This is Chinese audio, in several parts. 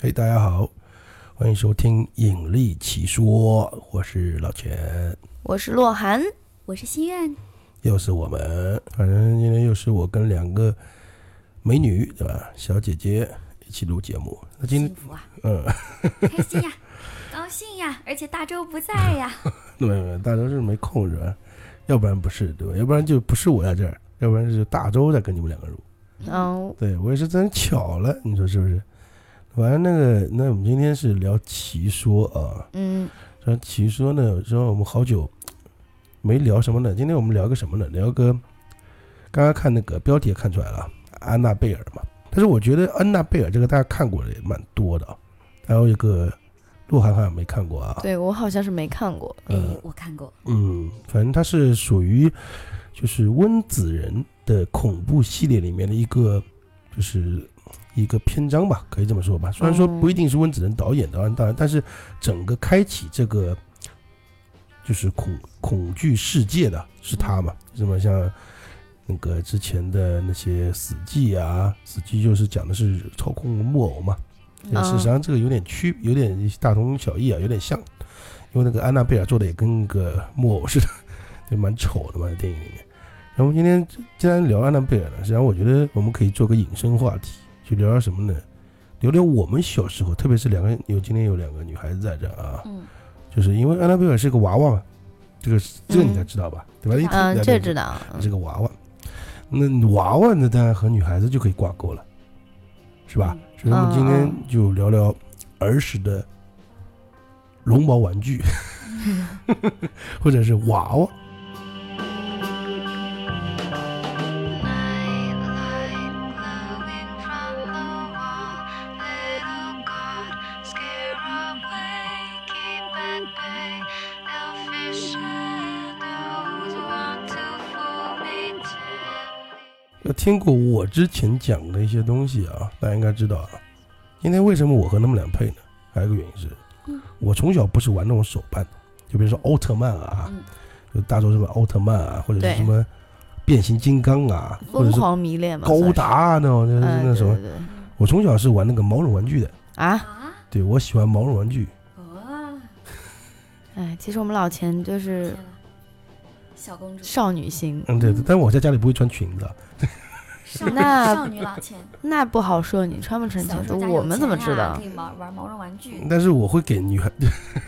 嘿、大家好，欢迎收听《引力奇说》，我是老钱，我是洛涵，我是心愿，又是我们，反正今天又是我跟两个美女，对吧？小姐姐一起录节目。那今幸福啊，嗯，开心呀， 高兴呀，而且大周不在呀， 没有没有，大周是没空是吧？要不然不是对吧？要不然就不是我在这儿，要不然就是大周在跟你们两个录。嗯，对我也是真巧了，你说是不是？反正那个，那我们今天是聊奇说啊，嗯，说奇说呢，说我们好久没聊什么呢？今天我们聊个什么呢？聊个刚刚看那个标题也看出来了，安娜贝尔嘛。但是我觉得安娜贝尔这个大家看过的也蛮多的啊，还有一个鹿晗好像没看过啊。对我好像是没看过，嗯哎，我看过，嗯，反正它是属于就是温子仁的恐怖系列里面的一个就是一个篇章吧，可以这么说吧。虽然说嗯不一定是温子仁导演的，当然，但是整个开启这个就是恐恐惧世界的是他嘛，什么像。那个之前的那些死寂啊，死寂就是讲的是操控木偶嘛，嗯也是，实际上这个有点区，有点大同小异啊，有点像，因为那个安娜贝尔做的也跟个木偶似的， 就蛮丑的嘛，在电影里面。然后今天既然聊安娜贝尔了，实际上我觉得我们可以做个引申话题，去聊聊什么呢？聊聊我们小时候，特别是两个有今天有两个女孩子在这儿啊，嗯，就是因为安娜贝尔是个娃娃嘛，这个是这个你应该知道吧，对吧？一听嗯，这知道道，嗯是啊个娃娃，那娃娃呢，当然和女孩子就可以挂钩了，是吧？嗯所以我们今嗯天就聊聊儿时的绒毛玩具，嗯 或者是娃娃。要听过我之前讲的一些东西啊，大家应该知道啊。今天为什么我和他们俩配呢？还有一个原因是，嗯我从小不是玩那种手办的，就比如说奥特曼啊，嗯就大周什么奥特曼啊，或者对是什么变形金刚啊，或者疯是狂迷恋嘛，高达啊那种，就是算是，那什么嗯，对对对我从小是玩那个毛绒玩具的，啊，啊，对我喜欢毛绒玩具。哦，哎，其实我们老钱就天是哪，小公主，少女心，嗯，对，但我在家里不会穿裙子啊，少女那少女老 钱，那不好说，你穿不穿裙小时子，候家我有们怎么钱知呀道可？以玩玩毛绒玩具，但是我会给女孩，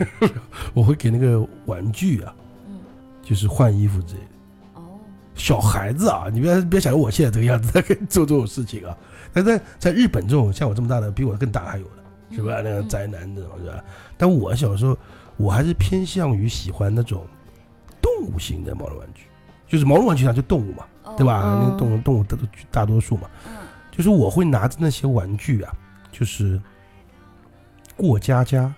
我会给那个玩具啊，嗯，就是换衣服之类的。哦，小孩子啊，你别别想着我现在这个样子，他可以做这种事情啊。但在在日本这种像我这么大的，比我更大还有的，是吧？嗯那个嗯宅男这种是吧？但我小时候，我还是偏向于喜欢那种动物型的毛绒玩具，就是毛绒玩具上就动物嘛，对？吧？哦那个动物动物大大多数嘛，哦嗯，就是我会拿着那些玩具啊，就是过家家，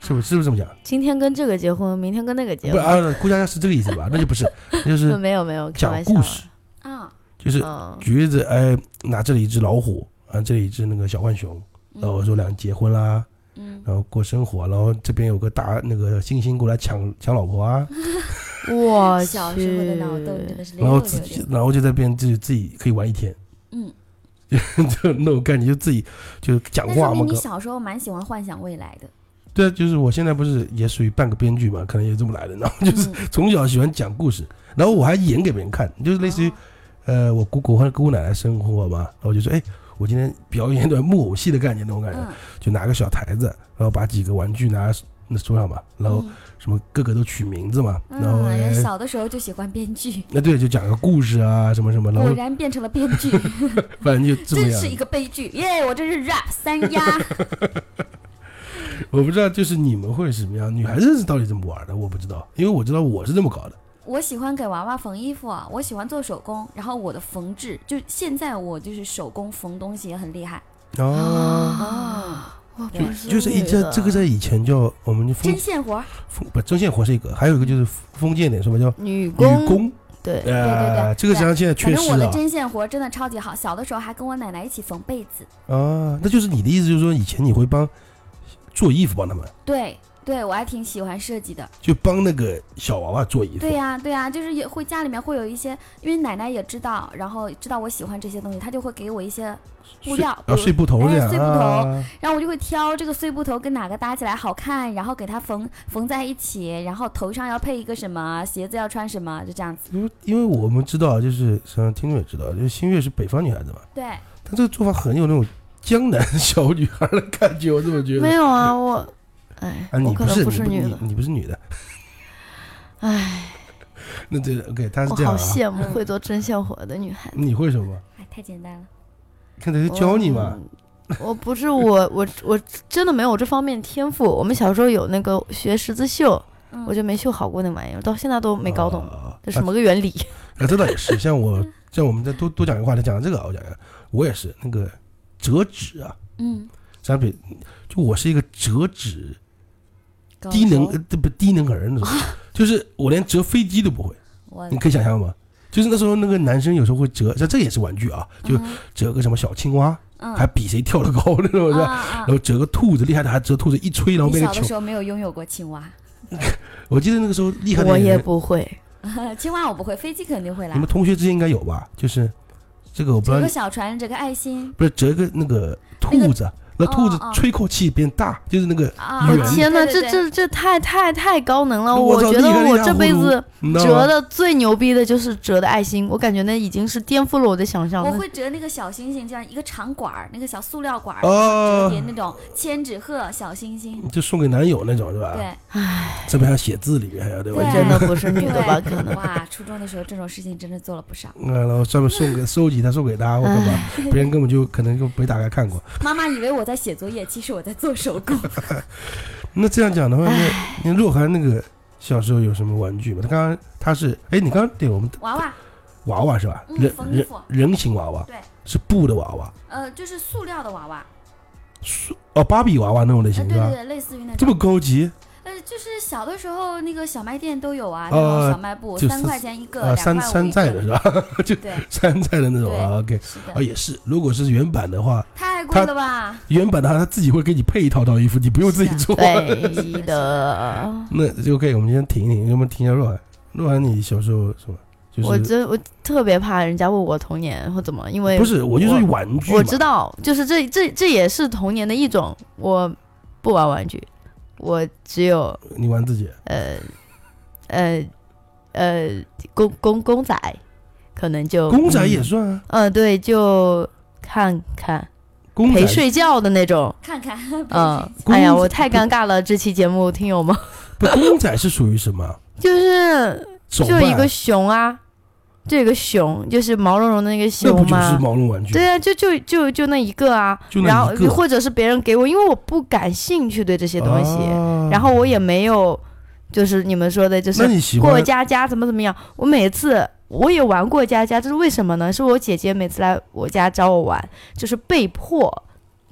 是不是？是不是这么讲？今天跟这个结婚，明天跟那个结不是婚，啊，过家家是这个意思吧？那就不是，那就是嗯没有没有，开讲玩笑故啊，事，啊，就是嗯，橘子哎，拿这里一只老虎啊，这里一只那个小浣熊，然后我说两人结婚啦，嗯，然后过生活，然后这边有个大那个猩猩过来抢抢老婆啊，我小时候的脑洞真去，的是然溜后溜自己的，然后就在边自己自己可以玩一天，嗯， 就那种感觉就自己就讲那话说嘛明你哥，小时候蛮喜欢幻想未来的，对啊，就是我现在不是也属于半个编剧嘛，可能也这么来的，然后就是嗯从小喜欢讲故事，然后我还演给别人看，就是类似于哦呃我姑姑和姑姑奶奶生活嘛，然后我就说哎。我今天表演一段木偶戏的概念，那种感觉，嗯，就拿个小台子，然后把几个玩具拿那桌上嘛，然后嗯什么各个都取名字嘛，然后嗯，人哎小的时候就喜欢编剧，那对，就讲个故事啊，什么什么，然果后然变成了编 剧，反正就这么真样是。一个悲剧耶！我这是 rap 三丫，我不知道，就是你们会是什么样，女孩子是到底怎么玩的，我不知道，因为我知道我是这么搞的。我喜欢给娃娃缝衣服，啊，我喜欢做手工，然后我的缝制就现在我就是手工缝东西也很厉害哦，哦，我就不是就是一这这这个在以前叫我们就封针线活儿，封不针线活是一个，还有一个就是封建点什么叫女女工，工，对，呃，对对对这个实啊际上现在反缺正失我的了针线活儿真的超级好，小的时候还跟我奶奶一起缝被子，啊。那就是你的意思就是说，以前你会帮做衣服帮他们，对，对我还挺喜欢设计的。就帮那个小娃娃做衣服。对呀、对呀、就是也会家里面会有一些，因为奶奶也知道，然后知道我喜欢这些东西，她就会给我一些布料，比啊，如睡布头哎这样睡布头啊，然后我就会挑这个碎布头跟哪个搭起来好看，然后给它缝缝在一起，然后头上要配一个什么，鞋子要穿什么，就这样子。因为因为我们知道，啊就是像听众也知道，啊就是新月是北方女孩子嘛，对，哎但这个做法很有那种江南 小女孩的感觉，我这么觉得没。有啊，我，哎，呃啊，我你可能是是你女你的，你不是女 的，哎， 那这 OK，她是我这样好啊。羡慕会做针线活的女孩子。你会什么？哎，太简单了。看她就教你嘛。嗯。我不是我我我真的没有这方面天赋。我们小时候有那个学十字绣，嗯，我就没绣好过那玩意儿，到现在都没搞懂啊这什么个原理。啊，这倒也是。像我，像我们再多多讲一个话题，讲到这个啊，我讲一下，我也是那个折纸啊，嗯，咱比就我是一个折纸高低能，手呃不低能儿那种， 就是我连折飞机都不会，我嗯你可以想象吗？就是那时候那个男生有时候会折，像这也是玩具啊，就嗯折个什么小青蛙，嗯还比谁跳得高那种是吧？啊啊然！后折个兔子，厉害的还折兔子一吹，然后你变小成的球。时候没有拥有过青蛙，我记得那个时候厉害的我也人，不会，呃青蛙我不会，飞机肯定会来你们。同学之间应该有吧？就是这个我不知折道个你，小船，折个爱心不是折个那个兔子，啊那兔子哦哦吹口气变大，就是那个啊！我圆哦天哪，哪，这这这太太太高能哦了！我我操觉厉得害我厉害这葫辈芦子你知道折吗？的最牛逼的就是折的爱心，我感觉那已经是颠覆了我的想象。我那会折那个小星星，这样一个长管儿，那个小塑料管儿，折叠哦，那种千纸鹤小星星。就送给男友那种是吧？对，这边还要写字里面还要对吧？对真的不是嗯女对的吧？可能。哇，初中的时候这种事情真的做了不少。嗯，然后专门送给收集他送给他或 干嘛，哎别人根本就可能就没打开看过。妈妈以为我在写作业，其实我在做手工。那这样讲 的话，那那洛涵那个小时候有什么玩具吗？他刚刚他是哎，你刚刚对我们娃娃，娃娃是吧？嗯人缝衣人服人形娃娃，对，是布的娃娃，呃，就是塑料的娃娃，塑哦芭比娃娃那种类呃，型对是对吧？对，类似于那这么种。高级呃，就是小的时候那个小卖店都有啊，啊那种小卖部，就三是块钱一个，啊，两块山五山一寨个的是吧？ 就对，山寨的那种啊，OK。是啊，的，也是。如果是原版的话，太它贵了吧？原版的话，他自己会给你配一套套衣服，你不用自己是啊 做。对的。那就 OK，我们先停一停，要么停一下若涵。若涵，你小时候什么？就是我真我特别怕人家问我童年或怎么，因为不是，我就我是玩具嘛。我知道，就是这这这也是童年的一种。我不玩玩具，我只有你玩自己呃呃呃公公公仔，可能就公仔嗯也算啊，呃对，就看看公嗯陪仔睡觉的那种。看看， 嗯，公哎呀，仔我太尴尬了，这期节目听友们， 不公仔是属于什么？就是手 就办，一个熊啊，就一个熊，就是毛茸茸的那个那熊不就嘛是。毛绒玩具？对啊，就就就就那一个啊，就那然一后个或者是别人给我，因为我不感兴趣对这些东西，啊然后我也没有，就是你们说的，就那是你喜过欢家家怎么怎么样。我每次我也玩过家家，这是为什么呢？是我姐姐每次来我家找我玩，就是被迫，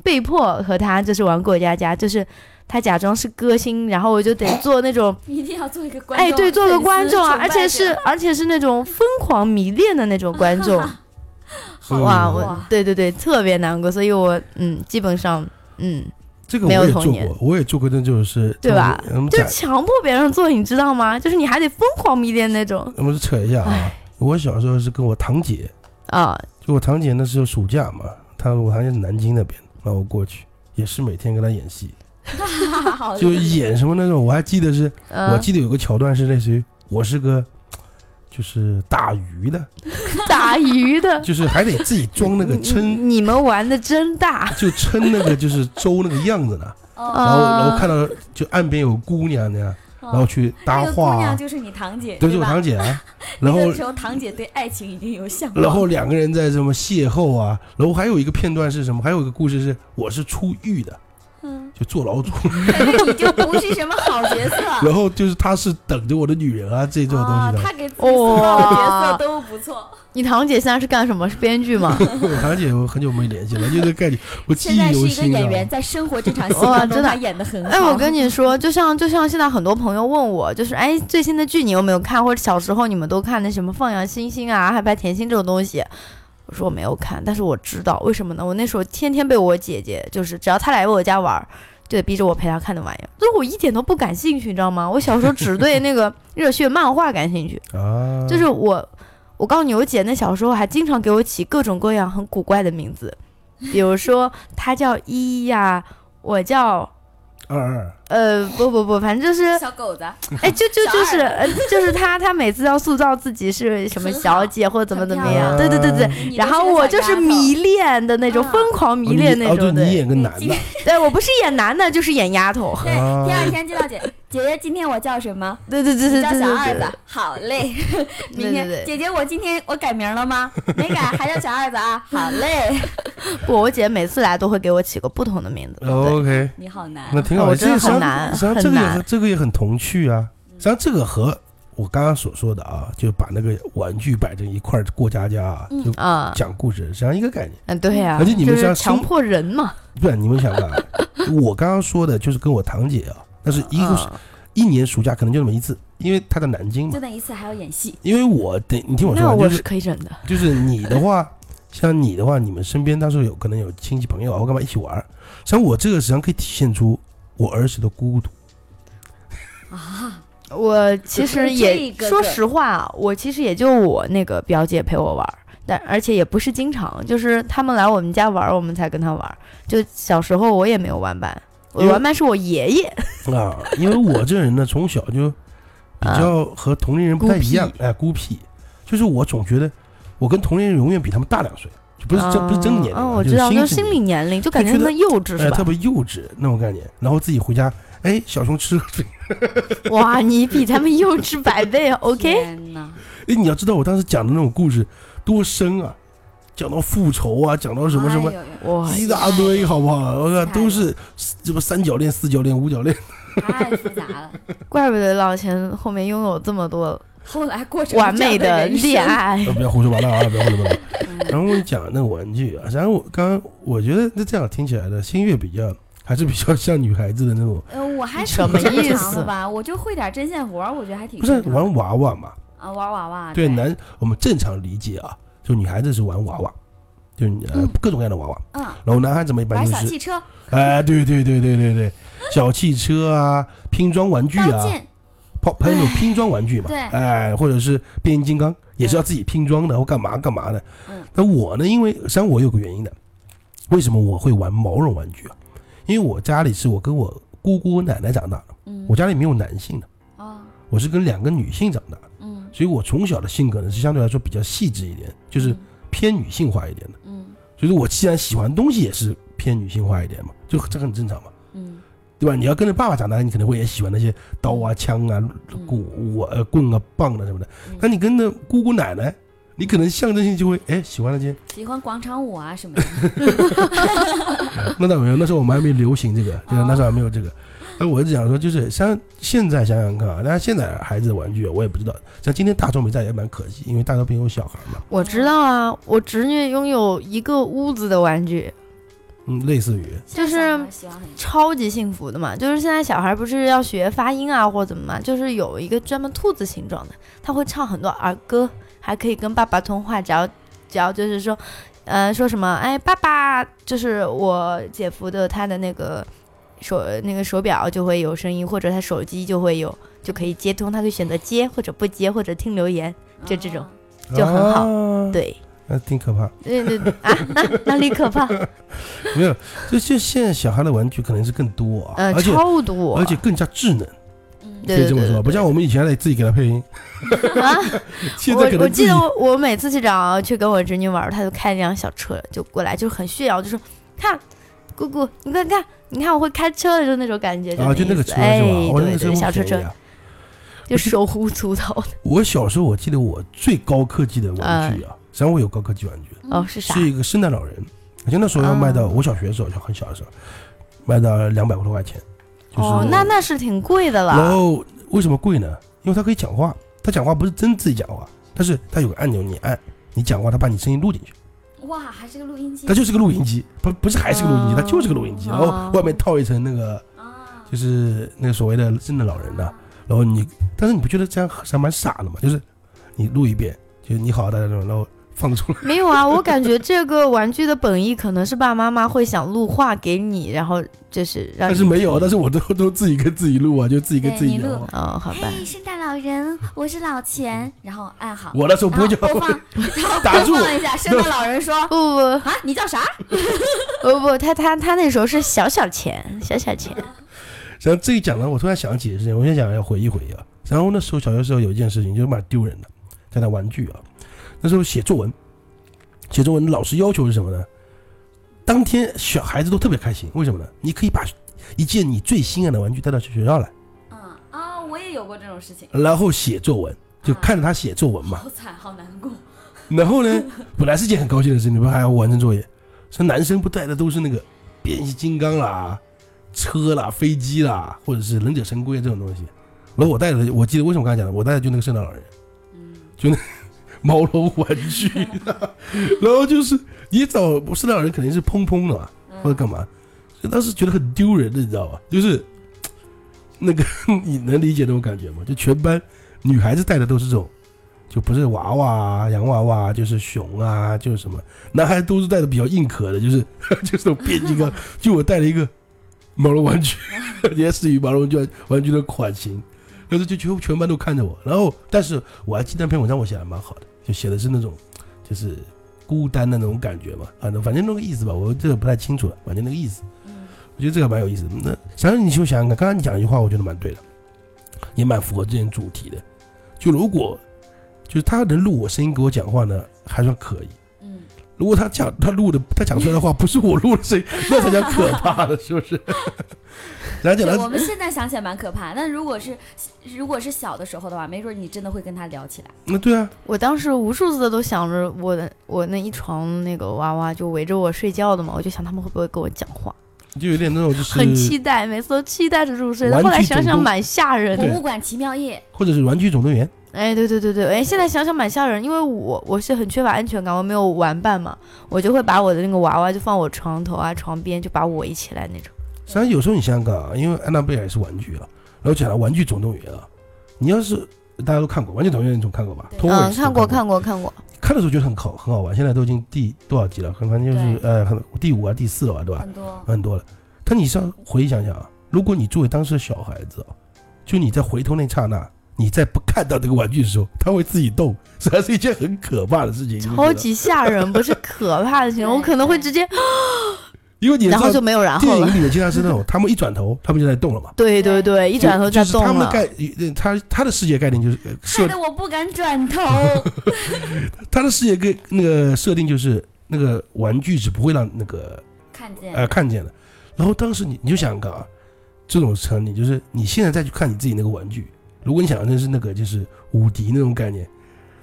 被迫和她就是玩过家家，就是她假装是歌星，然后我就得做那种一定要做一个观众，哎，对，做个粉丝观众啊崇，拜而且是者而且是那种疯狂迷恋的那种观 众。嗯哇，哇啊我对对对，特别难过，所以我嗯，基本上嗯，这个我没有也童做年过，我也做过，那就是对吧那我们就是展强迫别人做，你知道吗？就是你还得疯狂迷恋那种我们扯一下啊。我小时候是跟我堂姐，啊，就我堂姐那时候暑假嘛，她我堂姐是南京那边，然后我过去也是每天跟她演戏， 好 就厉害演什么那种，我还记得是我哦嗯，记得有个桥段是类似于我是个就是打鱼的，打鱼 的，就是还得自己装那个你撑，你们玩的真大，就撑那个就是粥那个样子呢。哦然后啊然后看到就岸边有姑娘那样，哦然后去搭那个姑话娘啊，就是你堂姐，对，对就我吧？堂姐啊，然后那个时候堂姐对爱情已经有向往，然后两个人在什么邂逅啊，然后还有一个片段是什么？还有一个故事是我是出狱的，嗯，就坐牢中，感觉你就哦 不是什么好角色。然后就是他是等着我的女人啊，这种东哦，西的。他给自己塑造的角哇色都不错。你堂姐现在是干什么？是编剧吗？我堂姐我很久没联系了，就这概念我记现忆在是犹一个新演啊员，。在生活这场 戏哇当中，真的他演的很好。哎，我跟你说，就像就像现在很多朋友问我，就是哎，最新的剧你有没有看？或者小时候你们都看那什么《放羊星星》啊，《海派甜心》这种东西。我说我没有看，但是我知道为什么呢？我那时候天天被我姐姐，就是只要她来我家玩儿，就得逼着我陪他看的玩意儿。就是我一点都不感兴趣，你知道吗？我小时候只对那 个热血漫画感兴趣，嗯啊，就是我，我告诉你，我姐那小时候还经常给我起各种各样很古怪的名字，比如说她叫依依呀，我叫二二呃不不不，反正就是小狗子，哎，就就小就是耳呃，就是他，他每次要塑造自己是什么很好小姐或者怎么很怎么漂样，亮对对对嗯对。你都然后个我小就丫是头迷恋的那种，啊疯狂迷恋那哦，对种。你对演个你男今的，对，我不是演男的，就是演丫头。对，啊第二天见 到姐，姐姐今天我叫什么？对对对你对叫对小二对子对。，好嘞。明对对天对姐姐我今天我改名了吗？没改，还叫小二 子啊，好嘞。不，我姐每次来都会给我起个不同的名字。对，哦 OK，你好难啊那，挺好。我这个真的实际很上难，实际上这很个也难很。这个也很童趣啊。实际上这个和我刚刚所说的啊，就把那个玩具摆成一块儿过家家啊，嗯就啊，讲故事，实际上一个概念。嗯，对呀，而且你们就是要是强生迫人嘛。不然你们想 干嘛？我刚刚说的就是跟我堂姐啊，那是一个、嗯一年暑假可能就那么一次，因为她在南京嘛就。那一次还要演戏，因为我得你听我说那完，我就是是可以忍的。就是你的话，像你的话，你们身边当时有可能有亲戚朋友啊，或干嘛一起玩儿。像我这个实际上可以体现出我儿时的孤独。我其实也这个说对实话，啊我其实也就我那个表姐陪我玩儿，但而且也不是经常，就是他们来我们家玩儿，我们才跟他玩儿。就小时候我也没有玩伴，我因为玩伴是我爷爷。啊，因为我这人呢，从小就比较和同龄人不太一样啊孤，哎，孤僻，就是我总觉得我跟同龄人永远比他们大两岁，就不是这不是真的年龄嗯啊，嗯我就知是道，心就智是心年理年龄，就感觉觉得很幼稚龄，哎，是特吧？别幼稚那种概念，然后自己回家，哎，小熊吃个水，哇，你比他们幼稚百 倍，OK？天呐，哎，你要知道我当时讲的那种故事多深啊，讲到复仇啊，讲到什么什么哎。呦呦哇，一大堆，好不好？我看太都是这不三角恋、四角恋、五角恋，啊太复杂 了。 怪不得老钱后面拥有这么多后来过成完美这的样的人生恋，爱。 呃不要胡说八道啊！不要胡说八道。嗯然后我讲那个玩具啊，然后我刚刚我觉得那这样听起来的新月比较还是比较像女孩子的那种，呃，我还挺什么正意常思的吧？我就会点针线活儿，我觉得还挺不是正常的玩娃 娃嘛？啊，玩娃娃对，男我们正常理解啊，就女孩子是玩娃娃，就是呃嗯各种各样的娃娃，嗯，然后男孩子嘛一般玩就小是汽车、哎，对对对对对对，小汽车啊，拼装玩具刀啊，剑，泡还有那种拼装玩具嘛，对哎，或者是变形金刚，也是要自己拼装的，或干嘛干嘛的嗯。那我呢，因为实际上我有个原因的，为什么我会玩毛绒玩具啊？因为我家里是我跟我姑姑奶奶长大的，嗯，我家里没有男性的，啊，我是跟两个女性长大的，嗯，所以我从小的性格呢是相对来说比较细致一点，就是偏女性化一点的。嗯所以说我既然喜欢的东西也是偏女性化一点嘛，就这很正常嘛。嗯对吧？你要跟着爸爸长大，你可能会也喜欢那些刀啊、枪啊、嗯鼓我呃棍啊、棒啊什么的嗯。那你跟着姑姑奶奶，你可能象征性就会哎喜欢那 些。嗯，喜欢广场舞啊什么的，那倒没有，那时候我们还没流行这个，对吧？哦那时候还没有这个。那我是想说，就是像现在想想看啊，但是现在孩子的玩具啊我也不知道。像今天大众没在也蛮可惜，因为大众没有小孩嘛，我知道啊，我侄女拥有一个屋子的玩具，嗯，类似于就是现在小孩喜欢很超级幸福的嘛，就是现在小孩不是要学发音啊或者怎么嘛，就是有一个专门兔子形状的，他会唱很多儿歌，还可以跟爸爸通话，只要只要就是说，呃，说什么哎爸爸，就是我姐夫的他的那个手那个手表就会有声音，或者他手机就会有，就可以接通，他可以选择接或者不接或者听留言，就这种啊就很好啊、，对。那挺可怕。对对对啊啊，哪里可怕？没有，就就现在小孩的玩具可能是更多啊，嗯、而且超多，而且更加智能。嗯，对可以这么对说，不像我们以前得自己给他配音，啊，现我在可我能自记己得我我每次去找去跟我侄女玩儿，她就开一辆小车就过来，就是很炫耀，就说看姑姑，你快看，你看我会开车了，就那种感觉，啊，就那那个车意思是吧？哎，我那对个对，小车车不便车宜啊。就手舞足蹈 的。我小时候我记得我最高科技的玩具啊，实际上我有高科技玩具，哦，嗯是啥？是一个圣诞老人，而且那时候要卖到啊我小学的时候，就很小的时候，卖到两百多块钱，就是哦，那那是挺贵的然了。后为什么贵呢？因为它可以讲话，它讲话不是真自己讲话，但是它有个按钮，你按，你讲话，它把你声音录进去，哇，还是个录音机它就是个录音机，不不是还是个录音机，哦它就是个录音机，然后啊外面套一层那个啊，就是那个所谓的真的老人的、然后你，但是你不觉得这样还蛮傻的吗？就是你录一遍，就是你好，大家这种，然后放 出来。没有啊，我感觉这个玩具的本意可能是爸爸妈妈会想录画给你，然后就是让但你是没有，但是我都都自己跟自己录啊，就自己跟自己对你聊录啊。哦，好吧，嘿，圣诞老人，我是老钱，然后按好，我那时候然不后会叫，啊播放，然 后打住播放 一下，圣诞老人说不不啊，你叫啥？不不不，他他他那时候是小小钱，小小钱，然后这一讲呢，我突然想起一件事情，我先想要回忆回忆啊。然后那时候小学时候有一件事情，就是蛮丢人的，讲讲玩具啊。那时候写作文，写作文老师要求是什么呢？当天小孩子都特别开心，为什么呢？你可以把一件你最心爱的玩具带到学校来，嗯啊，我也有过这种事情，然后写作文，就看着他写作文嘛。好惨，好难 过。然后呢，本来是件很高兴的事，你们还要完成作业。说男生不带的都是那个变形金刚啦、车啦、飞机啦，或者是忍者神龟这种东西。然后我带的，我记得为什么我刚才讲的，我带的就那个圣诞老人，就那 毛绒玩具啦然后就是你找圣诞老人肯定是砰砰的嘛，或者干嘛，所以当时觉得很丢人的，你知道吧？就是那个 你能理解那种感觉吗？就全班女孩子带的都是这种。就不是娃娃啊、洋娃娃啊，就是熊啊，就是什么，男孩都是带的比较硬壳的，就是 就是那种变形金刚。就我带了一个毛绒玩具， 也是与毛绒玩具玩具的款型，但是就全全班都看着我。然后，但是我还记得那篇文章，我写的蛮好的，就写的是那种就是孤单的那种感觉嘛，啊，反正那个意思吧，我这个不太清楚了，反正那个意思，我觉得这个蛮有意思的。那想想你就想想看，刚刚你讲一句话，我觉得蛮对的，也蛮符合这件主题的。就如果就是他能录我声音给我讲话呢，还算可以。嗯，如果他讲他录的他讲出来的话不是我录的声音，那才叫可怕的，是不 是？然后讲对我他们现在想起来蛮可怕，但如果是如果是小的时候的话，没准你真的会跟他聊起来。那对啊，我当时无数次都想着我的我那一床那个娃娃就围着我睡觉的嘛，我就想他们会不会跟我讲话，就有点那种就是很期待，每次都期待着入睡，但玩具后来想总想动蛮吓人的哎对博。物馆奇妙夜，或者是《玩具总动员》哎，对对对对，哎，现在想想蛮吓人，因为我我是很缺乏安全感，我没有玩伴嘛，我就会把我的那个娃娃就放我床头啊、床边，就把我围起来那种。实际上有时候你想想看啊，因为安娜贝尔也是玩具啊，然后讲到《玩具总动员》啊，你要是大家都看过《玩具总动员》，你总看过吧？对托尔嗯，斯看都过过看过看过，看的时候觉得很好很好玩，现在都已经第多少集了？可能反正就是呃很第五啊第四了吧，对吧？很多很多了。但你上回想想啊，如果你作为当时的小孩子啊，就你在回头那刹那，你在不看到这个玩具的时候，它会自己动，实际上是一件很可怕嗯的事情。你不觉超得级吓人，不是可怕的形容，我可能会直接，因为你也然知后就道没有然电后了。影里的经常是那种，他们一转头，他们就在动了嘛。对对对，一转头就再是动他们的了。概，呃他他的世界概念就是呃害设，得我不敢转 头。他的世界跟那个设定就是那个玩具是不会让那个看见，呃看见了。然后当时你你就想想看啊，这种场景就是你现在再去看你自己那个玩具，如果你想象成是那个就是无敌那种概念，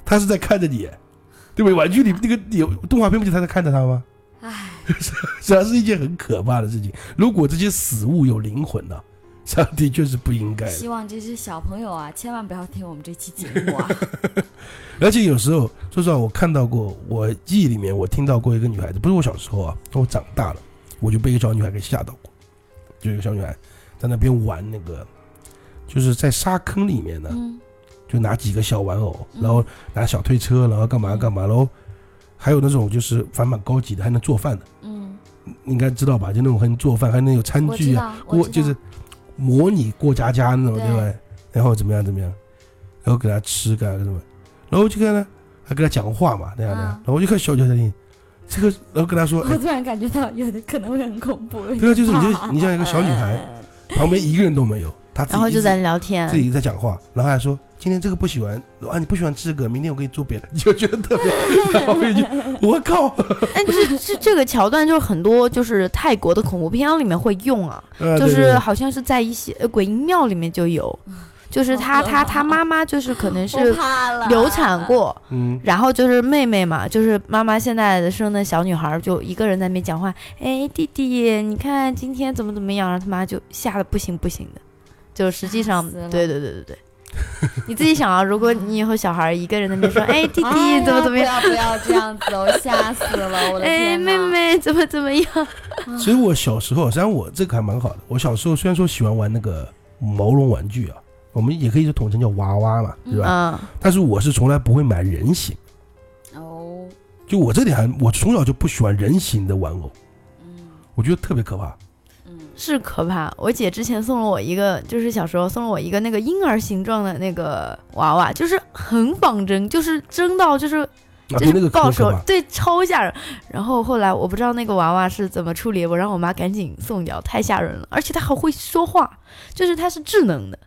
他是在看着你，对不对？玩具里那个有动画片不就他在看着他吗？唉，实际 上是一件很可怕的事情。如果这些死物有灵魂呢、实际上的确是不应该的。希望这些小朋友啊，千万不要听我们这期节目 啊。而且有时候，说实话，我看到过，我记忆里面我听到过一个女孩子，不是我小时候啊，我长大了，我就被一个小女孩给吓到过，就一个小女孩在那边玩那个，就是在沙坑里面呢，嗯，就拿几个小玩偶，嗯然后拿小推车，然后干嘛嗯干嘛，然后还有那种就是反蛮高级的，还能做饭的，嗯，你应该知道吧？就那种还能做饭，还能有餐我具知啊，道，我过知道就是模拟过家家那种，对吧对？然后怎么样怎么样，然后给他吃，给他什么，然后就跟他还跟他讲话嘛，那样的。嗯然后我就看小小小听，这个然后跟他 说，哎我突然感觉到有的可能会很恐怖。对啊，就是你就你像一个小女孩， 旁边一个人都没有，她自己然后一就直在聊天自，己在讲话，然后还说今天这个不喜欢啊，你不喜欢吃这个，明天我给你做别的，你 就觉得特别，然 后我就我靠， 哎，这这这个桥段就是很多就是泰国的恐怖片里面会用啊，呃就对对是对好像是在一些呃鬼婴庙里面就有，嗯就是他他他妈妈就是可能我是怕啊了，流产过，嗯，然后就是妹妹嘛，就是妈妈现在的生的小女孩，就一个人在那边讲话，哎，弟弟，你看今天怎么怎么样，啊然后他妈就吓得不行不行的，就实际上，吓死了对对对对 对，你自己想啊， 如果你以后小孩一个人在那边说，哎，弟哎呀弟怎么怎么样，？不要不要这样子，我吓死了，我的哎，天呐妹，妹怎么怎么样，嗯所以我小时候，实际上我这个还蛮好的。我小时候虽然说喜欢玩那个毛绒玩具啊，我们也可以就统称叫娃娃嘛，对吧？嗯，但是我是从来不会买人形，哦，就我这点还，我从小就不喜欢人形的玩偶，嗯我觉得特别可怕。啊嗯，是可怕。我姐之前送了我一个，就是小时候送了我一个那个婴儿形状的那个娃娃，就是很仿真，就是真到就是啊，就对那是个到可手可怕。对超吓人。然后后来我不知道那个娃娃是怎么处理，我让我妈赶紧送掉，太吓人了。而且它还会说话，就是它是智能的。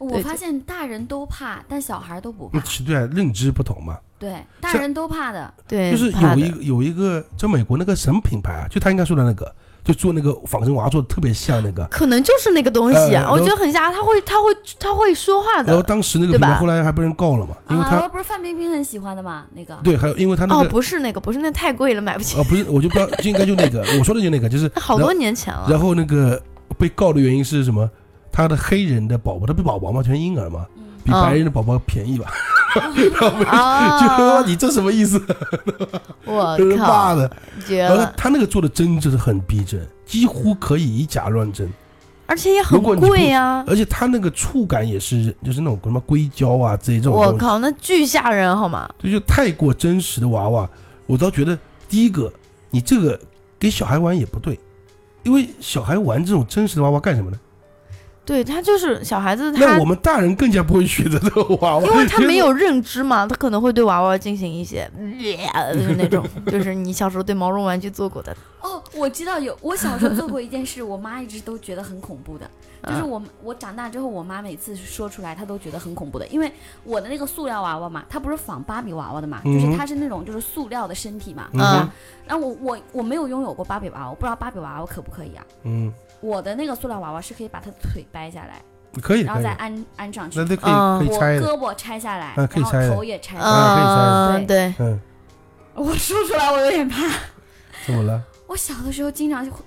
我对发对现大人都怕，但小孩都不嗯怕。其对啊，认知不同嘛，对，大像人都怕的。对，就是怕有一嗯的个有一个，在美国那个什么品牌啊，就他应该说的那个，就做那个仿真娃娃做的特别像那个，可能就是那个东西啊，呃我觉得很吓人。它会，它会，它会说话然后的。当时那个对品牌吧后来还被人告了嘛，因为啊，他不是范冰冰很喜欢的嘛？那个对，还有因为他那哦，个不是那个，不是那太贵了，买不起。啊不是，我就不知道，就应该就那个，我说的就那个，就是那好然后多年前了。然后那个被告的原因是什么？他的黑人的宝宝，他不是宝宝嘛，全是婴儿嘛，嗯比白人的宝宝便宜吧？就啊说！你这什么意思？我被人骂哦靠，的。绝然后了，他那个做的真就是很逼真，几乎可以以假乱真，而且也很如果你不贵啊呀、而且他那个触感也是就是那种什么硅胶啊这一种我东西，靠，那巨吓人，好吗？就就太过真实的娃娃，我倒觉得第一个你这个给小孩玩也不对，因为小孩玩这种真实的娃娃干什么呢？对他就是小孩子他，那我们大人更加不会选择这个娃娃，因 为他没有认知嘛，他可能会对娃娃进行一些就是那种，就是你小时候对毛绒玩具做过的，哦，我知道有，我小时候做过一件事，我妈一直都觉得很恐 怖的，啊就是我我长大之后，我妈每次说出来，她都觉得很恐怖的，因为我的那个塑料娃娃嘛，它不是仿芭比娃娃的嘛，就嗯是哼它是那种就是塑料的身体嘛，嗯啊哼那我我我没有拥有过芭比娃娃，我不知道芭比娃娃可不可以啊？嗯，我的那个塑料娃娃是可以把它腿掰下来，可以然后可以再，安安上去那，都可嗯以可以我拆的，胳膊拆下来，啊可以然后拆的头也拆下来。啊嗯可，以对，嗯， 我说出来我有点怕。怎么了？我小的时候经常就会，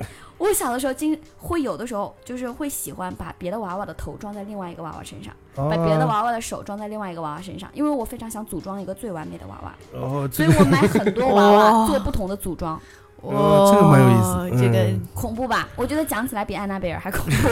哎，我小的时候经会有的时候就是会喜欢把别的娃娃的头装在另外一个娃娃身上， 把别的啊娃娃的手装在另外一个娃娃身上，因为我非常想组装一个最完美的娃 娃，哦，所这以个我 买很多娃哇娃做不同的组装，哦这个蛮有意思哇这个嗯恐怖吧？我觉得讲起来比安娜贝尔还恐 怖。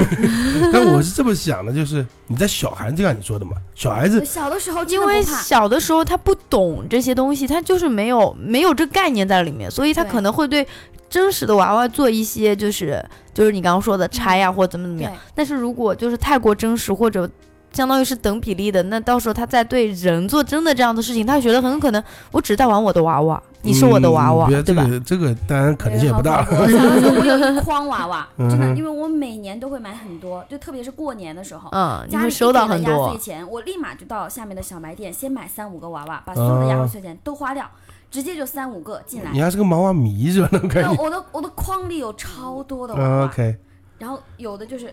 但我是这么想的，就是你在小孩这样你说的嘛，小孩子我小的时候真因的为不怕，小的时候他不懂这些东西，他就是没有没有这概念在里面，所以他对可能会对真实的娃娃做一些就是就是你刚刚说的拆呀、或怎么怎么样对。但是如果就是太过真实或者相当于是等比例的，那到时候他再对人做真的这样的事情，他觉得很可能我只在玩我的娃娃，你是我的娃嗯娃，别对吧？这个这个当然可能性也不大对好恐怖我小的时候我有一筐娃娃，真 嗯的，哼因为我每年都会买很多，就特别是过年的时候。嗯，你家会里收一给到了很压多岁，钱，我立马就到下面的小卖店，先买三五个娃娃，把所有的压啊岁钱都花掉，直接就三五个进 来你。还是个娃娃迷是吧？那种 感 那觉。我的我的筐里有超多的娃啊嗯娃， OK，然后有的就是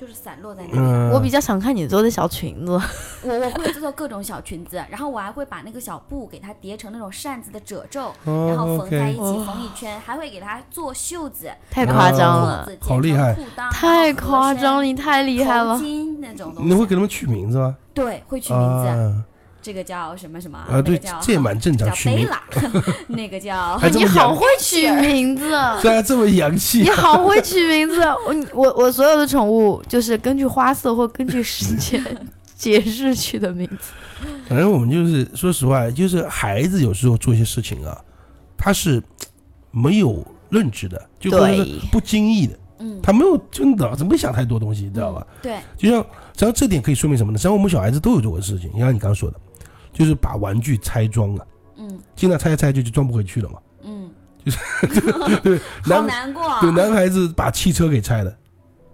就是散落在那里。嗯，我比较想看你做的小裙子，我我会做各种小裙子，然后我还会把那个小布给它叠成那种扇子的褶皱，然哦后缝在一 OK，起，缝一圈，还会给它做袖子，太然夸后张裤嗯了，，好厉害，太夸张了，你太厉害了啊头。巾那种东西，你会给他们取名字吗？对，会取名字，啊这个叫什么什么，啊，对，那个叫这也蛮正叫常，取贝名拉， 那个叫啊还哎这你么好洋，会取名字， 虽然这么洋气你，好会取名 字。我你我我所有的宠物就是根据花色或根据时 间解释取的名字。反正我们就是说实话，就是孩子有时候做一些事情啊，他是没有认知的，就或者是对不经意的，嗯，他没有真的没想太多东西，你知道吧？嗯？对，就像，实际上这点可以说明什么呢？实际上我们小孩子都有这个事情，就像你刚刚说的，就是把玩具拆装啊，嗯经常拆来拆去就装不回去了嘛。嗯，对，好男难过啊，对男孩子把汽车给拆了，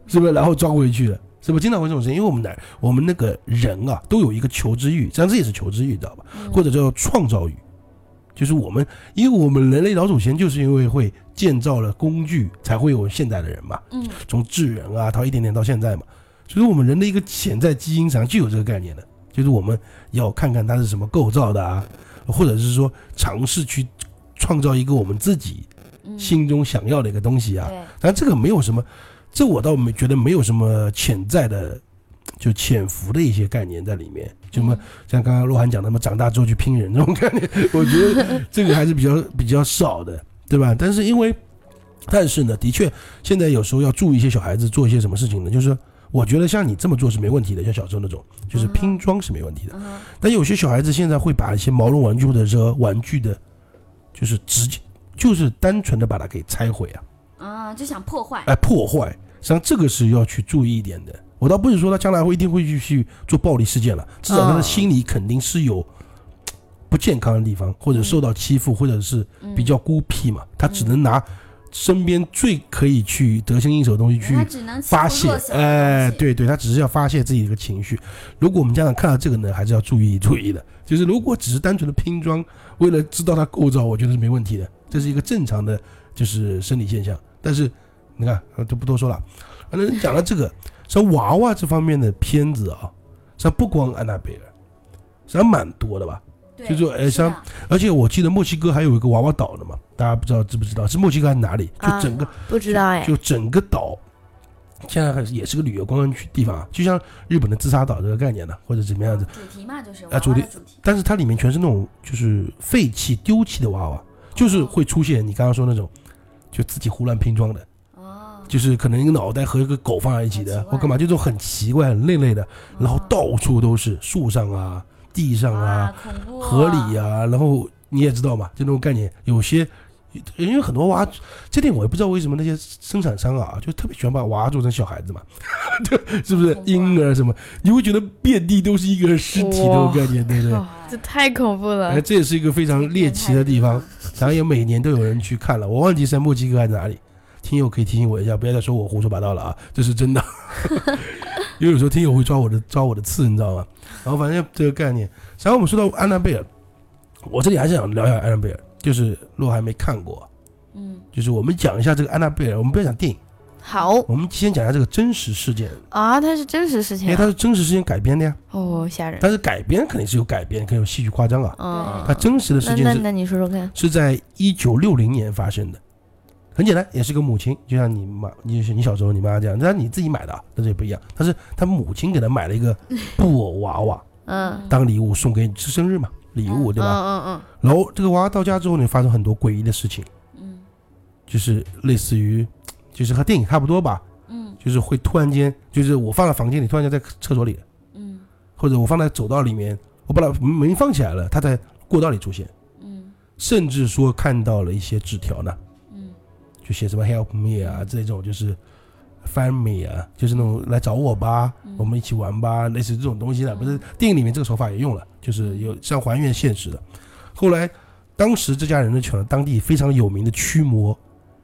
是不是？然后装回去了，是不是？经常会这种事情，因为我们男我们那个人啊，都有一个求知欲，实际上这也是求知欲，知道吧？嗯或者叫创造欲，就是我们，因为我们人类老祖先就是因为会建造了工具，才会有现代的人嘛。嗯从智人啊，到一点点到现在嘛，所以我们人的一个潜在基因上就有这个概念的，就是我们要看看它是什么构造的啊，或者是说尝试去创造一个我们自己嗯，心中想要的一个东西啊。对，但这个没有什么，这我倒没觉得没有什么潜在的，就潜伏的一些概念在里面，就什么像刚刚洛涵讲的，他们长大之后去拼人这种概念， 我觉得这个还是比较比较少的，对吧？但是因为，但是呢，的确，现在有时候要注意一些小孩子做一些什么事情呢，就是我觉得像你这么做是没问题的，像小时候那种，就是拼装是没问题的。但有些小孩子现在会把一些毛绒玩具或者说玩具的，就是直接就是单纯的把它给拆毁啊，啊，就想破坏，哎，破坏。实际上这个是要去注意一点的。我倒不是说他将来会一定会去去做暴力事件了，至少他的嗯心里肯定是有不健康的地方，或者受到欺负，或者是比较孤僻嘛。他只能拿身边最可以去得心应手的东西去他只能欺负发泄弱小，的哎，东西，对对，他只是要发泄自己的一个情绪。如果我们家长看到这个呢，还是要注意注意的。就是如果只是单纯的拼装，为了知道它构造，我觉得是没问题的，这是一个正常的，就是生理现象。但是你看，呃就不多说了。啊那讲到这个，像娃娃这方面的片子啊，像不光安娜贝尔，实际上蛮多的吧。对就说哎是像的而且我记得墨西哥还有一个娃娃岛的嘛，大家不知道知不知道？是墨西哥还是哪里？就啊整个不知道哎，就整个岛，现在还是也是个旅游观光区地方啊，就像日本的自杀岛这个概念呢，或者怎么样子，主题嘛，就是啊主娃题娃的主题，但是它里面全是那种就是废弃丢弃的娃娃，就是会出现你刚刚说那种，就自己胡乱拼装的，哦，就是可能一个脑袋和一个狗放在一起的，好奇怪哦或干嘛，就这种很奇怪、很另类的，然后到处都是树上啊、地上啊、哇，恐怖，河里，啊，然后你也知道嘛，就那种概念，有些因为很多娃，这点我也不知道为什么那些生产商啊，就特别喜欢把娃做成小孩子嘛， 就是不是婴儿什么，你会觉得遍地都是婴儿尸体那种概念，对不对？这太恐怖了哎，。这也是一个非常猎奇的地方，然后也每年都有人去看了，我忘记是在墨西哥还是哪里。听友可以提醒我一下，不要再说我胡说八道了啊，这是真的。因为有时候听友会抓我的抓我的刺，你知道吗？然后反正这个概念，然后我们说到安娜贝尔，我这里还是想聊一下安娜贝尔，就是如果还没看过，嗯，就是我们讲一下这个安娜贝尔，我们不要讲电影，好我们先讲一下这个真实事件，啊，它是真实事因情为啊它是真实事件改编的呀，哦，吓人。但是改编肯定是有改编，肯定有戏剧夸张啊。嗯，它真实的事那件那是那你说说看，是在一九六零年发生的，很简单，也是个母亲，就像你妈，你你小时候你妈这样，但你自己买的，啊，但是也不一样，但是他母亲给他买了一个布偶娃娃嗯当礼物送给你，是生日嘛，礼物嗯对吧？嗯嗯，然后这个娃娃到家之后呢，发生很多诡异的事情，嗯就是类似于，就是和电影差不多吧，嗯就是会突然间，就是我放在房间里，突然间在厕所里，嗯或者我放在走道里面，我把它门放起来了，它在过道里出现，嗯甚至说看到了一些纸条呢。嗯就写什么 help me 啊这种，就是 find me 啊，就是那种来找我吧，嗯我们一起玩吧，类似这种东西的，嗯不是电影里面这个手法也用了，就是有像还原现实的。后来，当时这家人呢请了当地非常有名的驱魔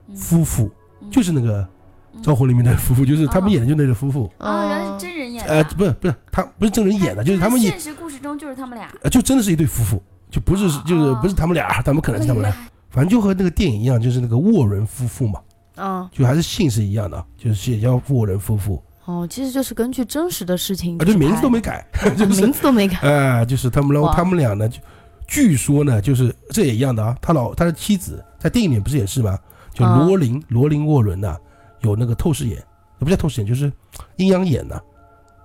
嗯夫妇，嗯就是那个嗯《招魂》里面的夫妇，就是他们哦演的就那个夫妇，啊，嗯原来是真人演的呃，啊，不是不是，他不是真人演的，就是他们演现，实故事中就是他们俩，呃就真的是一对夫妇，就不是哦就是不是他们俩，他们可能是他们俩，反正就和那个电影一样，就是那个沃伦夫妇嘛。嗯，就还是姓是一样的，就是也叫沃伦夫妇，哦，其实就是根据真实的事情啊，去就名字拍都没改，啊就是名字都没改。哎，就是他们，然后哇他们俩呢，就据说呢，就是这也一样的啊，他老他的妻子在电影里不是也是吗？就啊罗琳、罗琳沃伦呐、啊有那个透视眼，呃也不叫透视眼，就是阴阳眼呐、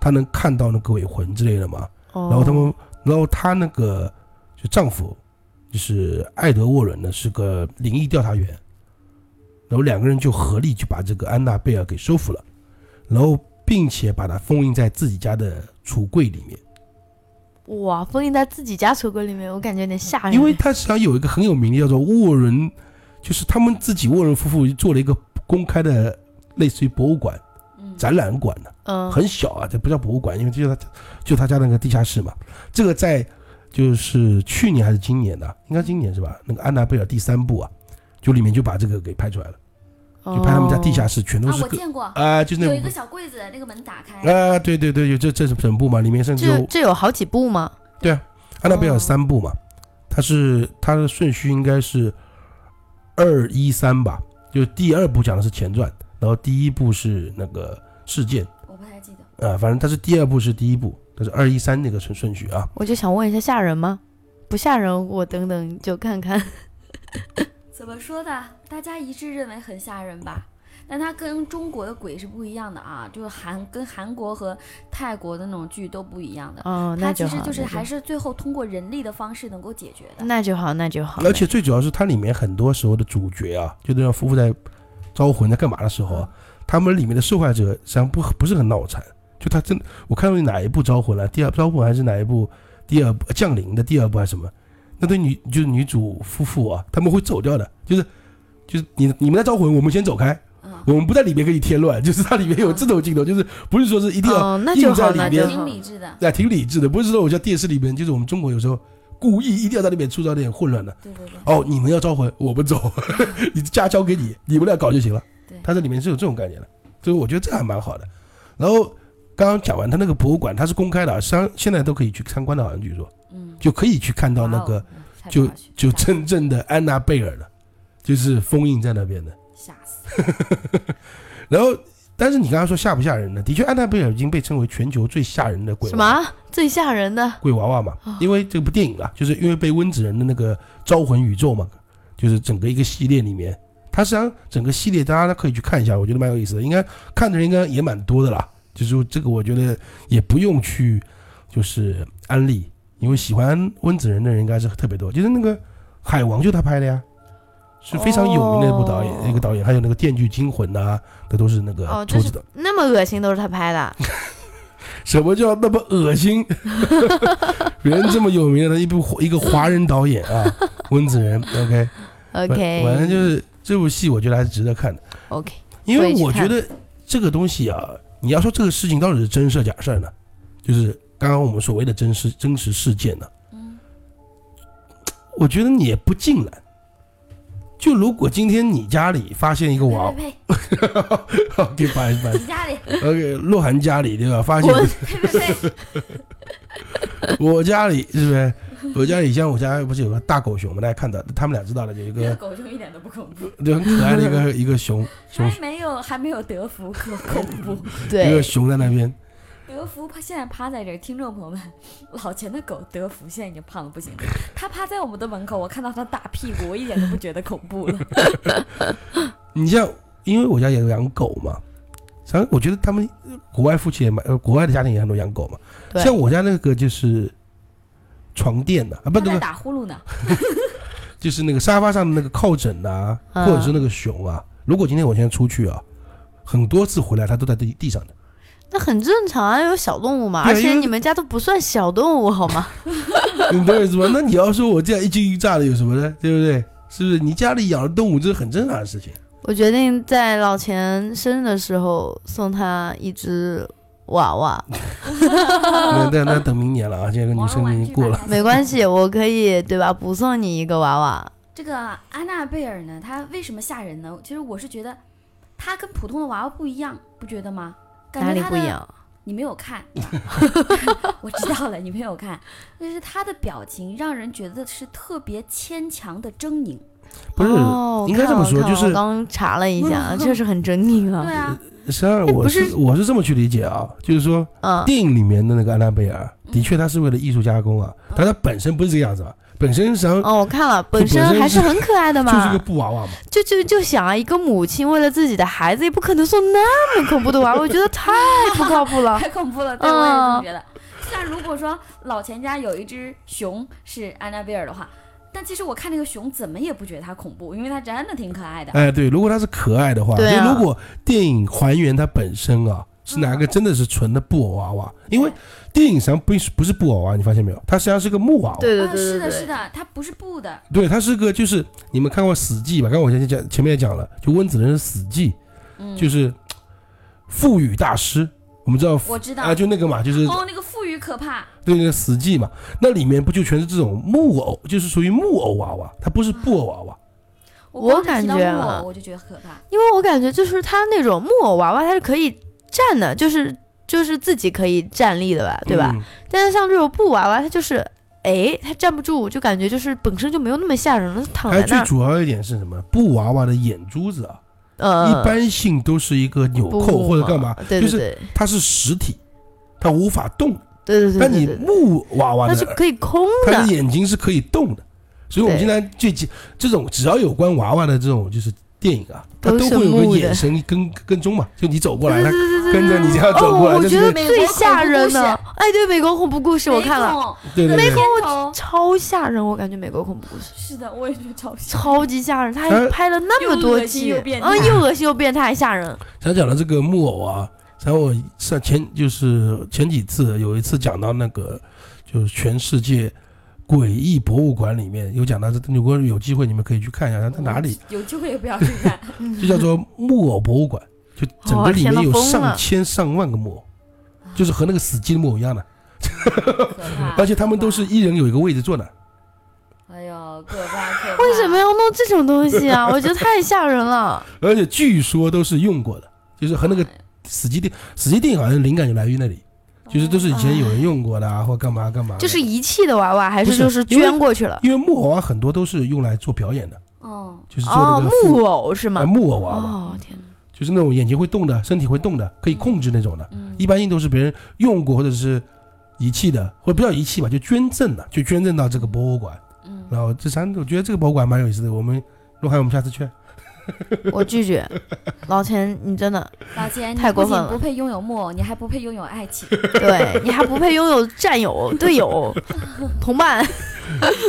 他能看到那个鬼魂之类的嘛。然然后他们，然后她那个就丈夫，就是艾德沃伦呢，是个灵异调查员，然后两个人就合力就把这个安娜贝尔给收服了，然后并且把她封印在自己家的橱柜里面，哇，封印在自己家橱柜里面，我感觉有点吓人。因为她实际上有一个很有名的叫做沃伦，就是他们自己沃伦夫妇做了一个公开的类似于博物馆嗯，展览馆呢、嗯，很小啊，这不叫博物馆，因为就他就他家那个地下室嘛。这个在就是去年还是今年的啊，应该今年是吧？那个《安娜贝尔》第三部啊，就里面就把这个给拍出来了，就拍他们家地下哦室全都啊，是我个见过，啊，就是有那一个种小柜子，那个门哦打开，啊，对对对，有这这是整部嘛，里面甚至这有这有好几部吗？安娜贝尔三部嘛，它是它的顺序应该是二一三吧，就第二部讲的是前传，然后第一部是那个事件我不太记得，啊，反正它是第二部是第一部，它是二一三那个顺顺序啊。我就想问一下，吓人吗？不吓人，我等等就看看。怎么说呢？大家一致认为很吓人吧？但它跟中国的鬼是不一样的啊，就是韩跟韩国和泰国的那种剧都不一样的。 哦，那它就其好。嗯实就是那还是最后通过人力的方式能够解决的。那就好，那就好。而且最主要是它里面很多时候的主角啊，就那种夫妇在招魂在干嘛的时候啊，他们里面的受害者实际上不不是很脑残，就他真，我看到哪一部招魂了？第二招魂还是哪一部？第二部降临的第二部还是什么？那对女就是女主夫妇啊，他们会走掉的，就是就是你你们在招魂，我们先走开，嗯，我们不在里面跟你添乱， 就是它里面有这种镜头，就是不是说是一定要哦，那就好，硬在那里边就挺好。理智的，哎、挺理智的，不是说我像电视里面，就是我们中国有时候故意一定要在里面制造点混乱的。对对对，哦，你们要招魂，我们走， 你家交给你，你们俩搞就行了对。他这里面是有这种概念的，所以我觉得这还蛮好的。然后刚刚讲完，他那个博物馆它是公开的啊，商现在都可以去参观的，好像据说嗯，就可以去看到那哇个哦太就不好去就吓真正的安娜贝尔了，就是封印在那边的。吓死，然后，但是你刚刚说吓不吓人呢？的确，安娜贝尔已经被称为全球最吓人的鬼什娃娃么最吓人的？鬼娃娃嘛，因为这部电影啊，就是因为被温子仁的那个《招魂宇宙》嘛，就是整个一个系列里面，它实际上整个系列大家可以去看一下，我觉得蛮有意思的，应该看的人应该也蛮多的啦。就是这个，我觉得也不用去就是安利，因为喜欢温子仁的人应该是特别多。就是那个《海王》就他拍的呀，是非常有名的一部导演，哦一个导演，还有那个《电锯惊魂》呐，那都是那个哦就抽是子的。那么恶心都是他 拍的，什么叫那么恶心？ 人这么有名的一部华一个华人导演啊， 温子仁。OK， OK 反反正就是这部戏，我觉得还是值得看的， OK，因为可以去我觉看得这个东西啊，你要说这个事情到底是真事儿假事儿呢，就是刚刚我们所谓的真实真实事件呢、嗯，我觉得你也不尽然。就如果今天你家里发现一个娃哎呸呸 ，OK，不好意思不好意呸，思你家里， ，OK，洛涵呃家里对吧？发现滚呸呸 呸，我家里是不是？我家里像我家不是有个大狗熊吗？大家看到，他们俩知道了，有一这个个狗熊一点都不恐怖，就很可爱的一 个一个熊熊还没有还没有德芙可恐怖。一个对，熊在那边，德芙趴现在趴在这儿，听众朋友们， 老钱的狗德芙现在已经胖的不行了，它趴在我们的门口，我看到它大屁股，我一点都不觉得恐怖了。你像因为我家也有养狗嘛，然后我觉得他们呃国外夫妻也蛮，呃国外的家庭也很多养狗嘛，对像我家那个就是床垫的啊， 不它那在个打呼噜呢，就是那个沙发上的那个靠枕呐、啊或者是那个熊啊，如果今天我现在出去啊，很多次回来它都在地地上的。那很正常啊，有小动物嘛，对而因且为你们家都不算小动物好吗？ 你懂我意思吗？那你要说我这样一惊一乍的有什么呢？对不对？是不是？你家里养了动物，这是很正常的事情。我决定在老钱生日的时候送他一只娃娃，那那那等明年了啊，现在跟你毛绒生日玩已具经过 了。吧没关。系，我可以对吧？补送你一个娃娃。这个安娜贝尔呢，它为什么吓人呢？其实我是觉得，它跟普通的娃娃不一样，不觉得吗？感觉哪里它不的一？样？你没有看， 我知道了，你没有看。但是他的表情让人觉得是特别牵强的狰狞。不是，哦、应该这么说我看了就是我刚查了一下，嗯确实很狰狞对啊。啊，实际上我哎是不是我是这么去理解啊，就是说嗯，电影里面的那个安娜贝尔，的确它是为了艺术加工啊，但它本身不是这个样子啊，本身实际上哦，我看了，本本身身还是是很可爱的就是个嘛。布娃娃嘛。就就就想啊，一个母亲为了自己的孩子，也不可能送那么恐怖的娃娃，我觉得太不靠 谱了。太恐怖了，对我也是这么觉得。嗯像如果说老钱家有一只熊是安娜贝尔的话，但其实我看那个熊怎么也不觉得它恐怖，因为它真的挺可爱的。哎，对，如果它是可爱的话，对啊就如果电影还原它本身啊，是拿个真的是纯的布偶娃娃，因为电影上不是不是布偶娃娃，你发现没有？它实际上是个木娃娃。对对啊，对对是的，是对，的，它不是布的，对，它是个就是你们看过《死寂》吧？刚刚我前讲前面也讲了，就温子仁的《死寂》嗯，就是赋语大师，我们知道我知道。啊，就那个嘛，就是哦，那个腹语可怕，对那个《死寂》嘛，那里面不就全是这种木偶，就是属于木偶娃娃，它不是布偶娃娃。我光是感提到觉木偶啊我就觉得可怕。因为我感觉就是他那种木偶娃娃，它是可以站的，就是就是自己可以站立的吧，对吧？嗯但是像这种布娃娃，它就是，哎，它站不住，就感觉就是本身就没有那么吓人了，它躺哦还有在最那儿，主要一点是什么？布娃娃的眼珠子啊，呃，一般性都是一个纽不扣或者嘛干嘛，对就对是对它是实体，它无法动。对对对，但你对对木娃娃它的是耳可以空他的的，眼睛是可以动的，所以我们对现在最近这种只要有关娃娃的这种就是电影啊，它都都是会有木个的嗯眼神跟跟踪嘛，就你走过来，它对跟着你这样走过来，哦，我就觉得是最吓人美的国恐，哎，对，美国恐怖故事我看了，哦了，对对对，片头超吓人，我感觉美国恐怖故事是的，我也觉得超吓人。超级吓人，哎他还拍了那么多啊又恶心季，又变态嗯，又恶心又变态，还吓人，想讲的这个木偶啊，然后我上前就是前几次有一次讲到那个，就是全世界诡异博物馆里面有讲到这，如果有机会你们可以去看一下，它在哪里？有机会也不要去 看。嗯就叫做木偶博物馆，就整个里面哦有啊上千上万个木偶，就是和那个死机的木偶一样的，可啊怕而且他们都是一人有一个位置坐的。哎呦，可怕可怕！为什么要弄这种东西 啊？我觉得太吓人了。而且据说都是用过的，就是和那个哎死机电死机电影好像灵感就来源于那里，就是都是以前有人用过的啊，或干嘛干嘛的。就是遗弃的娃娃，还不是是就是因为捐过去了？因为木偶啊，很多都是用来做表演的，哦，就是做哦那个，木偶是啊吗？木偶娃娃，哦天哪，就是那种眼睛会动的，身体会动的，可以控制那种的。嗯，一般性都是别人用过或者是遗弃的，或者不叫遗弃吧，就捐赠的，就捐赠到这个博物馆。嗯，然后这三，我觉得这个博物馆蛮有意思的。我们陆海，我们下次去。我拒绝，老陈，你真的老钱，你太过不仅分了不配拥有木偶，你还不配拥有爱情。对你还不配拥有战友、队友、同伴。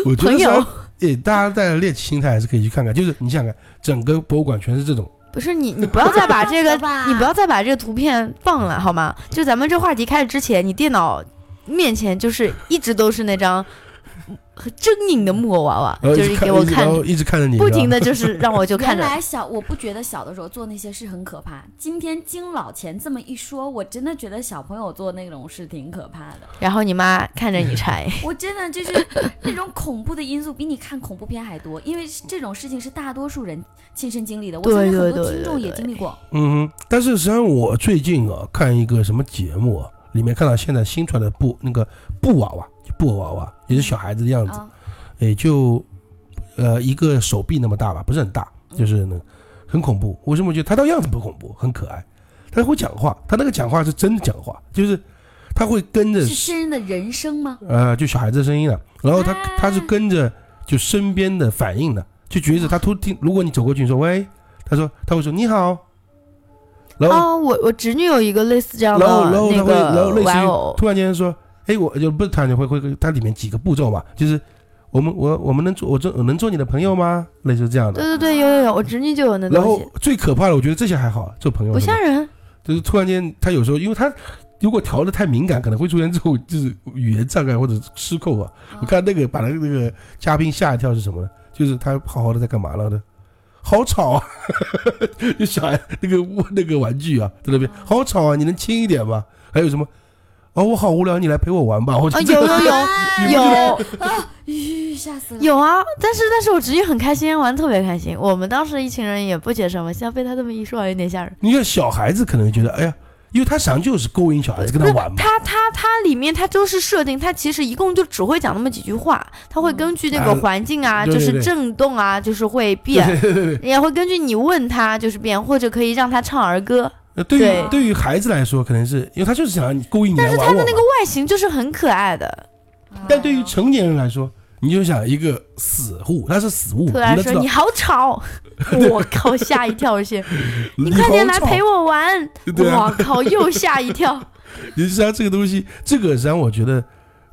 我觉得朋友是，对大家带着猎奇心态还是可以去看看。就是你想想看，整个博物馆全是这种，不是你， 你不要再把这个好吧你不要再把这个图片放了好吗？就咱们这话题开始之前，你电脑面前就是一直都是那张 很狰狞的木偶娃娃，然后就一是直看，给我一直看然，后一直看着你，啊不停的。的就是让我就看 原着。来小我不觉得小的时候做那些事很可怕，今天经老钱这么一说，我真的觉得小朋友做那种事挺可怕的。然后你妈看着你拆，我真的就是 那种恐怖的因素比你看恐怖片还多，因为这种事情是大多数人亲身经历的。我对相信对很多对听对众也对经历过。嗯哼，但是实际上我最近啊，看一个什么节目、啊，里面看到现在新出来的布那个布娃娃，布偶娃娃也是小孩子的样子，嗯啊，也就呃一个手臂那么大吧，不是很大，就是那很恐怖。为什么我觉得他的样子不恐怖，很可爱？他会讲话，他那个讲话是真的讲话，就是他会跟着是真人的人生吗？呃就小孩子的声音的，然后他啊他是跟着就身边的反应的，就举例啊子，他突听，如果你走过去你说喂，他说他会说你好， 然后、哦，我我侄女有一个类似这样然后然的后那他会然后个类似玩于偶，突然间说，哎我就不是突然间会会会它里面几个步骤嘛，就是我们我我们能做我做我能做你的朋友吗？类似这样的对。对对，有有有，我侄女就有那然东后西，最可怕的，我觉得这些还好，做朋友不是吧吓人。就是突然间他有时候，因为他如果调的太敏感，可能会出现这种就是语言障碍或者失控啊。我看那个把那个那个嘉宾吓一跳是什么呢？就是他好好的在干嘛了呢？好吵啊！ 就小孩那个那个玩具啊，在那边好吵啊！你能轻一点吗？还有什么？哦，我好无聊，你来陪我玩吧。我就啊，有有有有吁，啊吓死了！有啊！但是但是我侄女很开心，玩得特别开心。我们当时一群人也不觉什么，现在被她这么一说，有点吓人。 你看小孩子可能觉得，哎呀，因为他实际上就是勾引小孩子跟不他是玩嘛。它它它里面它就是设定，它其实一共就只会讲那么几句话，它会根据那个啊环境啊，对就对是对震动啊，就是会变，也会根据你问他就是变，或者可以让他唱儿歌。呃对于对对于孩子来说，可能是因为他就是想让你勾引你但来是玩它我的嘛。那个外形就是很可爱的，但对于成年人来说，你就想一个死物，他是死物，你突然都知说道你，好 吵，我靠吓一跳先，你你快点来好吵陪我玩，对啊我靠又吓一跳。你实际上这个东西，这个实际上我觉得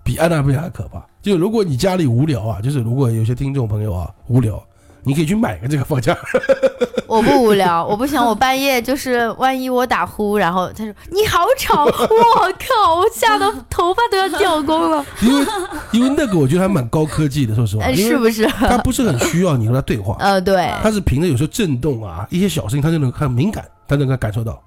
比安娜贝尔还可怕。就如果你家里无聊啊，就是如果有些听众朋友啊无聊，你可以去买个这个放假。我不无聊，我不想我半夜就是万一我打呼，然后他说你好吵，我靠，我吓得头发都要掉光了，因为因为那个我觉得还蛮高科技的，说实话，哎，因 是为不是？它不是很需要你和它对话，呃，对，它是凭着有时候震动啊一些小声音，它就能很敏感，它能够感受到。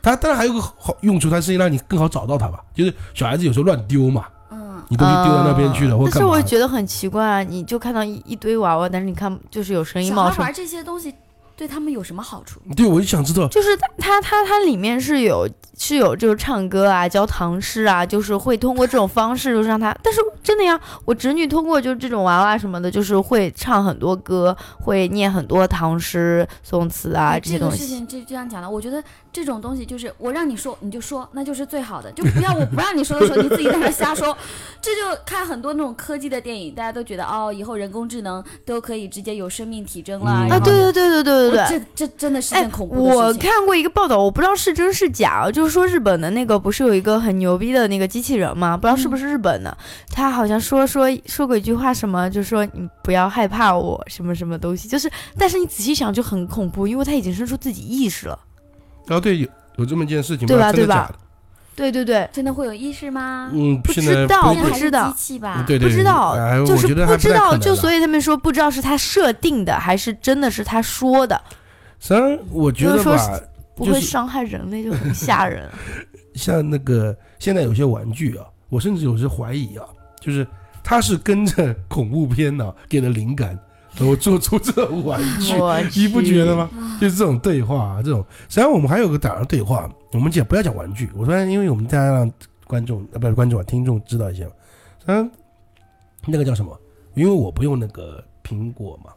它当然还有个好用处，它是让你更好找到它吧。就是小孩子有时候乱丢嘛，嗯，你东西丢到那边去了，嗯或但干是嘛我觉得很奇怪啊，你就看到一一堆娃娃，但是你看就是有声音小冒孩出来，玩这些东西对他们有什么好处？对，我就想知道，就是它它它它里面是有是有就是唱歌啊、教唐诗啊，就是会通过这种方式就是让他，但是真的呀，我侄女通过就是这种娃娃什么的，就是会唱很多歌，会念很多唐诗、宋词啊哎这些这东个西。事情就这样讲了，我觉得这种东西就是我让你说你就说，那就是最好的，就不要我不让你说的时候你自己在那瞎说。这就看很多那种科技的电影，大家都觉得哦，以后人工智能都可以直接有生命体征了。嗯然啊，后对对对对对对对。这这真的是哎件恐，怖我的事情。看过一个报道，我不知道是真是假啊，就是说日本的那个不是有一个很牛逼的那个机器人吗？不知道是不嗯是日本的，他好像说说说过一句话，什么就说你不要害怕我什么什么东西，就是但是你仔细想就很恐怖，因为他已经生出自己意识了。啊，对，有有这么一件事情对吧真的对吧假的？对对对，真的会有意识吗？嗯，不现知在道不应该还不是知道机器吧？对对，不知道哎，就我是觉得不还知太可道，能就了所以他们说不知道是他设定的还是真的是他说的，啊虽然我觉就是得说吧，不就会是伤害人类就很吓人。像那个现在有些玩具啊，我甚至有时怀疑啊，就是它是跟着恐怖片呢、给的灵感，然后做出这种玩具，我 你不觉 得吗？啊就是这种对话、啊，这种。实际上我们还有个打上对话，我们讲不要讲玩具。我说，因为我们大家让观众啊，不是观众啊，听众知道一下嘛。实际上那个叫什么？因为我不用那个苹果嘛，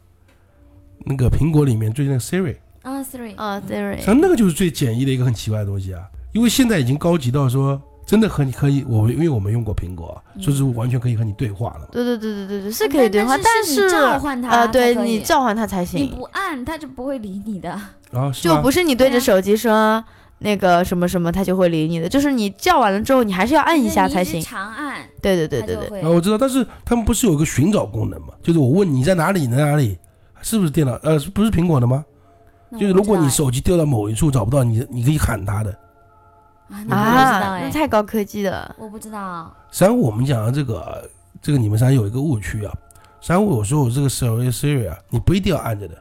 那个苹果里面最近那个 Siri，啊，Siri，啊实际，Siri，上那个就是最简易的一个很奇怪的东西啊。因为现在已经高级到说，真的很可以，我因为我们用过苹果啊，嗯所以是完全可以和你对话了嘛。对对对对对对，是可以对话，但但你召唤它呃，才对可以你召唤它才你行，不按，它就不会理你的。啊，是就吧？不是你对对着啊手机说那个什么什么，它就会理你的，就是你叫完了之后，你还是要按一下才你行直。长按，对对对它对就对，会啊，我知道，但是他们不是有一个寻找功能嘛？就是我问你在哪里，你在哪里，是不是电脑？呃，是不是苹果的吗？那就是我如不果知道你哎手机掉到某一处找不到，你你可以喊他的。啊，那我不知道啊，那哎，太高科技了。我不知道，实际上我们讲的这个这个，你们实际上有一个误区啊。实际上我说我这个 Siri Siri 啊，你不一定要按着的。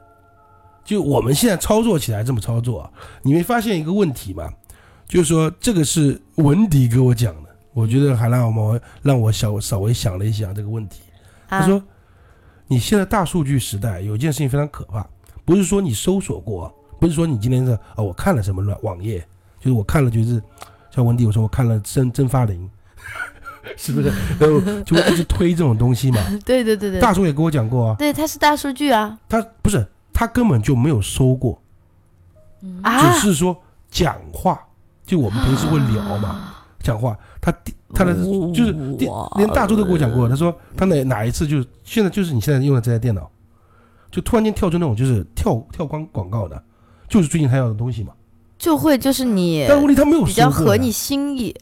就我们现在操作起来这么操作啊，你没发现一个问题吗？就是说这个是文迪给我讲的，我觉得还让我们让我小稍微想了一想这个问题。啊他说：“你现在大数据时代有一件事情非常可怕，不是说你搜索过，不是说你今天是啊、我看了什么软网页，就是我看了就是像文迪我说我看了蒸蒸发林， 是 不是？然后就会一直推这种东西嘛。对对 对对，大叔也跟我讲过啊，对，它是大数据啊他不是他根本就没有搜过，嗯，啊只，是说讲话，就我们平时会聊嘛，啊讲话他他的就是电连大周都给我讲呃过，他说他哪哪一次就是现在就是你现在用的这台电脑，就突然间跳出那种就是跳跳光广告的，就是最近他要的东西嘛。就会就是你但问题他没有比较搜过合呀你心嗯意。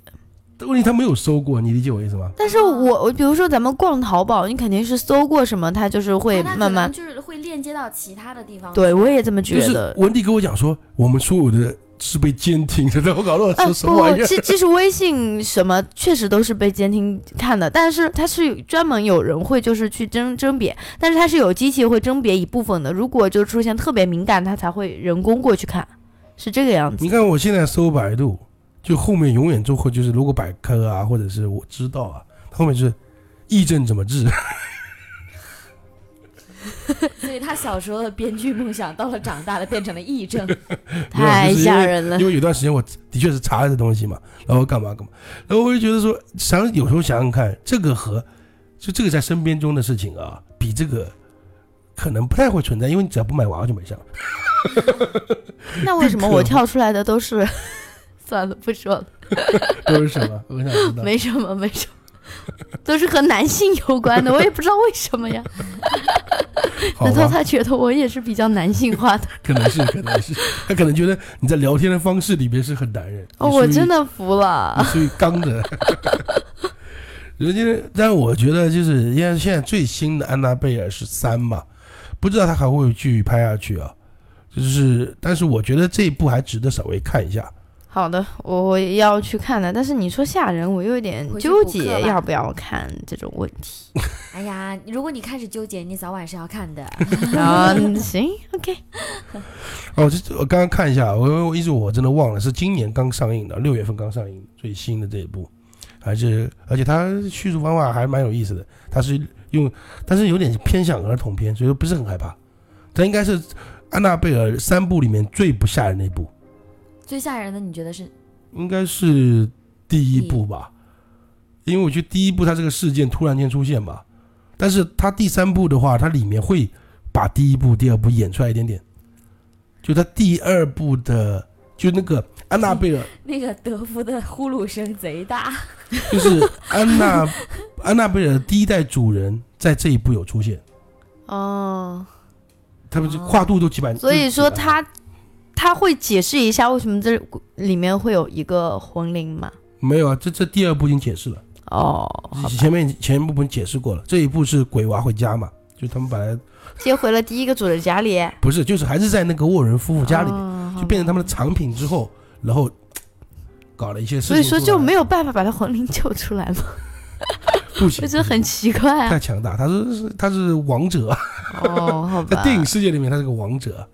但问题他没有搜过，你理解我意思吗？但啊是我我比如说咱们逛淘宝，你肯定是搜过什么，它就是会哦那它可慢慢能。就是会链接到其他的地方去。对，我也这么就觉是得。文迪跟我讲说，我们所有的是被监听的，然后搞乱啊， 说不什么玩意不，儿？其其实微信什么确实都是被监听看的，但是它是专门有人会就是去甄甄别，但是它是有机器会甄别一部分的，如果就出现特别敏感，它才会人工过去看，是这个样子。你看我现在搜百度，就后面永远就会就是如果百科啊，或者是我知道啊，后面就是议政怎么 治，所以他小时候的编剧梦想，到了长大了变成了癔 症。没有太就是因吓为人了因。为有段时间我的确是查了这东西嘛，然后干嘛干嘛，然后我就觉得说，想有时候想想看，这个和就这个在身边中的事情啊，比这个可能不太会存在，因为你只要不买娃娃就没 事了。那为什么更可我怕跳出来的都是？ 算了，不说了，都是什么？我想知道。没什么，没什么，都是和男性有关的，我也不知道为什么呀。好难道吧，他觉得我也是比较男性化的？可能是，可能是，他可能觉得你在聊天的方式里面是很男人。哦，你属于我真的服了你。属于刚的。人家，但我觉得就是，因为现在最新的《安娜贝尔》是三嘛，不知道他还会继续拍下去啊。就是，但是我觉得这一部还值得稍微看一下。好的，我我也要去看的。但是你说吓人，我有点回去纠补课结吧要不要看这种问 题。哎呀，如果你开始纠结，你早晚是要看的。 啊，行，OK，哦，这我刚刚看一下，我我一直我真的忘了是今年刚上映的，六月份刚上映最新的这一部，还是而且它叙述方法还蛮有意思的，它是用，但是有点偏向儿童片，所以说不是很害怕。它应该是《安娜贝尔》三部里面最不吓人的一部。最吓人的，你觉得是？应该是第一部吧，因为我觉得第一部它这个事件突然间出现吧，但是它第三部的话，它里面会把第一部、第二部演出来一点点，就它第二部的就那个安娜贝 尔，那个德芙的呼噜声贼大，就是安娜安娜贝尔的第一代主人在这一部有出现，哦，他们就跨度都几百，所以说就是几百他他会解释一下为什么这里面会有一个魂灵吗？没有啊，这这第二部已经解释了。哦，好吧，前面前一部分解释过了，这一部是鬼娃回家嘛，就他们本来接回了第一个主人家里，不是，就是还是在那个沃伦夫妇家里面哦就变成他们的藏品之后，然后搞了一些事情出所来，以说就没有办法把他魂灵救出来嘛，不行， 我觉得很奇怪 啊。太强大，他是他是王者，哦，好在吧。电影世界里面他是个王者。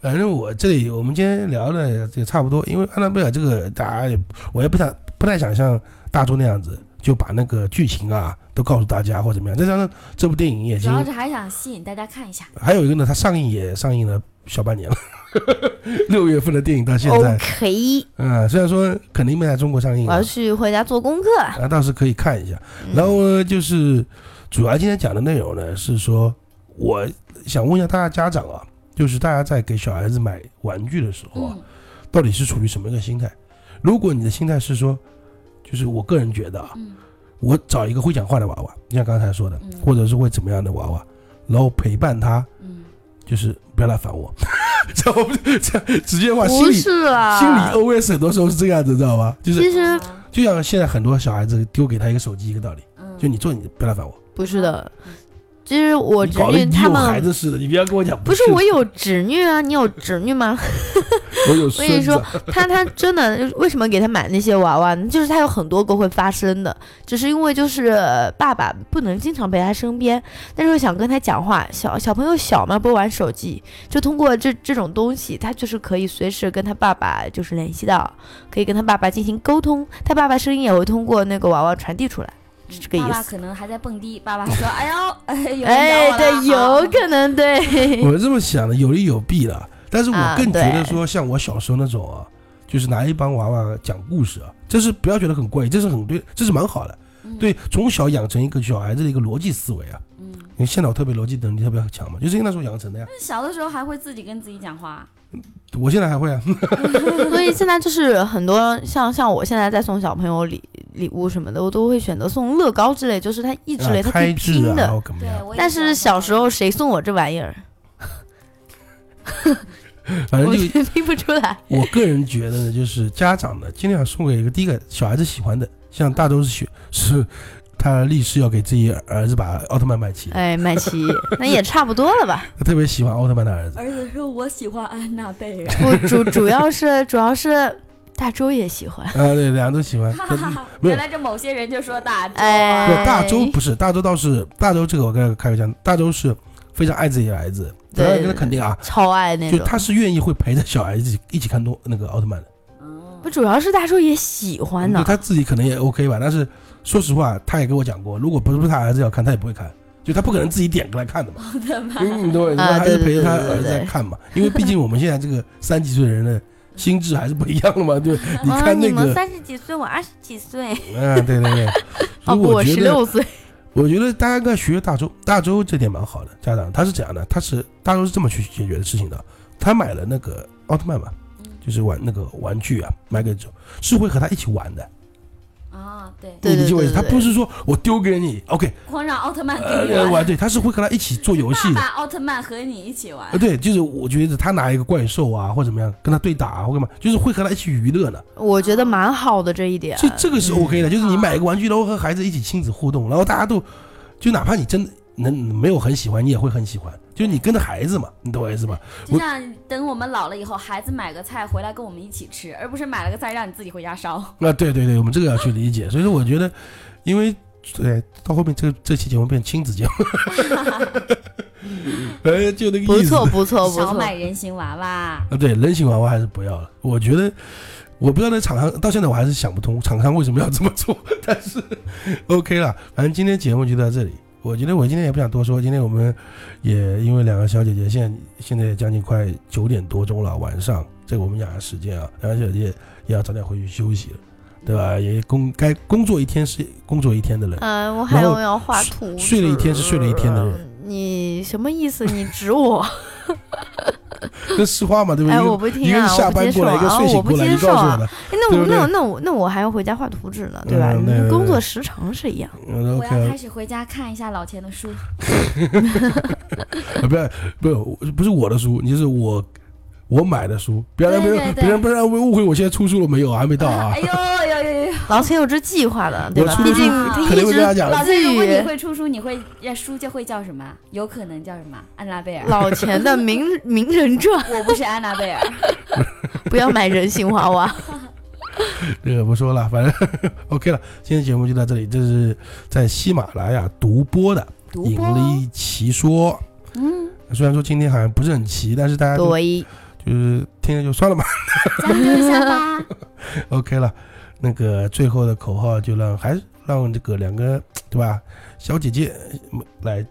反正我这里我们今天聊的也差不多，因为安娜贝尔这个大家也我也不想不太想像大众那样子就把那个剧情啊都告诉大家或怎么样。再加上这部电影也已主经要是还想吸引大家看一下。还有一个呢，它上映也上映了小半年了，六月份的电影到现哦在， OK，嗯，虽然说肯定没在中国上映我啊要，去回家做功课。啊，倒是可以看一下。嗯然后呢，就是主要今天讲的内容呢，是说我想问一下大家家长啊，就是大家在给小孩子买玩具的时候啊，嗯，到底是处于什么一个心态？如果你的心态是说，就是我个人觉得啊，嗯我找一个会讲话的娃娃，就像刚才说的，嗯或者是会怎么样的娃娃，然后陪伴他，嗯，就是不要来烦我， 这我不这直接话心不里是啊心理啦， OS 很多时候是这个样子，知道吧？就是其嗯实就像现在很多小孩子丢给他一个手机一个道理，嗯，就你做你的，不要来烦我，不是的，其实我你侄搞得女你他有孩们子似的，你不要跟我讲不是是我，有侄女啊，你有侄女吗？ 我有所以孙说子，他他真的为什么给他买那些娃娃呢？就是他有很多个会发生的，只是因为就是呃爸爸不能经常陪他身边，但是又想跟他讲话。小小朋友小嘛，不会玩手机，就通过这这种东西，他就是可以随时跟他爸爸就是联系到，可以跟他爸爸进行沟通，他爸爸声音也会通过那个娃娃传递出来，是这个意嗯爸爸思。可能还在蹦迪，爸爸 说：“哎呦，哎，有人找哎我，了嗯对，好有可能对，我是这么想的，有利有弊的。但是我啊更觉得对说，像我小时候那种啊，就是拿一帮娃娃讲故事啊，这是不要觉得很怪异，这是很对，这是蛮好的。嗯对，从小养成一个小孩子的一个逻辑思维啊，嗯，因为现在我特别逻辑能力特别强嘛，就是因为那时候养成的呀。那小的时候还会自己跟自己讲话，我现在还会啊，所以现在就是很多像像我现在在送小朋友礼礼物什么的，我都会选择送乐高之类，就是它益智类，它可开以支拼啊，然的。后怎么对样？，我也哎但喜欢是小时候谁送我这玩意儿，反正我就就拼不出来。我个人觉得呢，就是家长呢，尽量送给一个第一个小孩子喜欢的，像大周是学是，他立誓要给自己儿子把奥特曼买齐，哎，麦琪，那也差不多了吧？他特别喜欢奥特曼的 儿子，儿子说我喜欢安娜贝尔，不主主要是主要是大周也喜欢。啊，对，两个都喜欢。可没有原来这某些人就说大周不哎，大周不是大周倒是大周这个我跟开个讲，大周是非常爱自己的孩子，对当然跟他肯定啊，超爱那就种。他是愿意会陪着小孩子一起看多那个奥特曼的，嗯不，主要是大周也喜欢呢就。他自己可能也 OK 吧，但是说实话，他也跟我讲过，如果不是他儿子要看，他也不会看，就他不可能自己点过来看的 嘛。奥特曼，嗯，对，你哦啊还是陪着他对对对儿子在看嘛，因为毕竟我们现在这个三十几岁的人的心智还是不一样的嘛，对，你啊，看你那们个， 三十几岁，我二十几岁。嗯，对对对，所哦以不，我觉十得六岁。我觉得大家应该学学大周，大周这点蛮好的。家长他是怎样的？他是大周是这么去解决的事情的。他买了那个奥特曼嘛，就是玩那个玩具啊，买给周是会和他一起玩的。啊，对，对你理解我意思？对他对对不是说我丢给你，OK， 光让奥特曼跟你呃，玩，玩对，他是会和他一起做游戏爸的。爸奥特曼和你一起玩呃，，对，就是我觉得他拿一个怪兽啊，或怎么样跟他对打啊，或干嘛，就是会和他一起娱乐的。我觉得蛮好的这一点。这这个是 OK 嗯的，就是你买一个玩具，然后和孩子一起亲子互动，然后大家都就哪怕你真的能没有很喜欢，你也会很喜欢，就是你跟着孩子嘛，你懂我意思吧？就像等我们老了以后，孩子买个菜回来跟我们一起吃，而不是买了个菜让你自己回家烧。啊，对对对，我们这个要去理解。所以说，我觉得，因为对到后面这个这期节目变亲子 节目， 哎，就那个不意思错不错不少错，买人形娃娃，啊。对，人形娃娃还是不要了。我觉得，我不知道那厂商到现在我还是想不通，厂商为什么要这么做。 但是 OK 了，反正今天节目就到这里。我觉得我今天也不想多说，今天我们也因为两个小姐姐现在现在也将近快九点多钟了，晚上这个我们雅的时间啊，两个小姐姐也要早点回去休息了。对吧？也工该工作一天是工作一天的人，嗯，我还然有后要画图，呃睡了一天是睡了一天的人。你什么意思？你指我？这是话 嘛，对不对？哎，一个我不一听个啊，是下我不班接受过来，一个啊，睡我醒不过来，接你受告诉我啊！的。哎那我对不对那我那我那我还要回家画图纸呢，对吧？嗯你对对工对作时长是一样。嗯我要开，OK，啊始回家看一下老钱的书。呃不要不是不是我的书，你就是我我买的书，别让别对人对对别人不让误会我现在出书了没有啊？还没到啊哎。呦哎呦哎呦哎呦！老钱有这计划的，对我吧？出毕书竟他肯定一会跟大家直讲老的，师，如果你于会出书，你会那书就会叫什么？有可能叫什么？安娜贝尔。老钱的名 名人传， 我不是安娜贝尔，不要买人形娃娃。这个不说了，反正 OK 了。今天节目就到这里，这是在喜马拉雅独播的独《引播，力奇说》。嗯，虽然说今天好像不是很齐，但是大家就对，就是听了就算了吧。加油一下吧。 OK 了，那个最后的口号就让还是让这个两个对吧小姐姐嗯来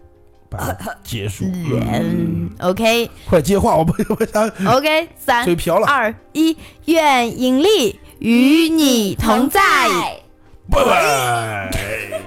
把它结 束，嗯，OK 快接话，我不我想 OK，三嘴瓢了，二一，哎愿引力与你同在。哎拜拜。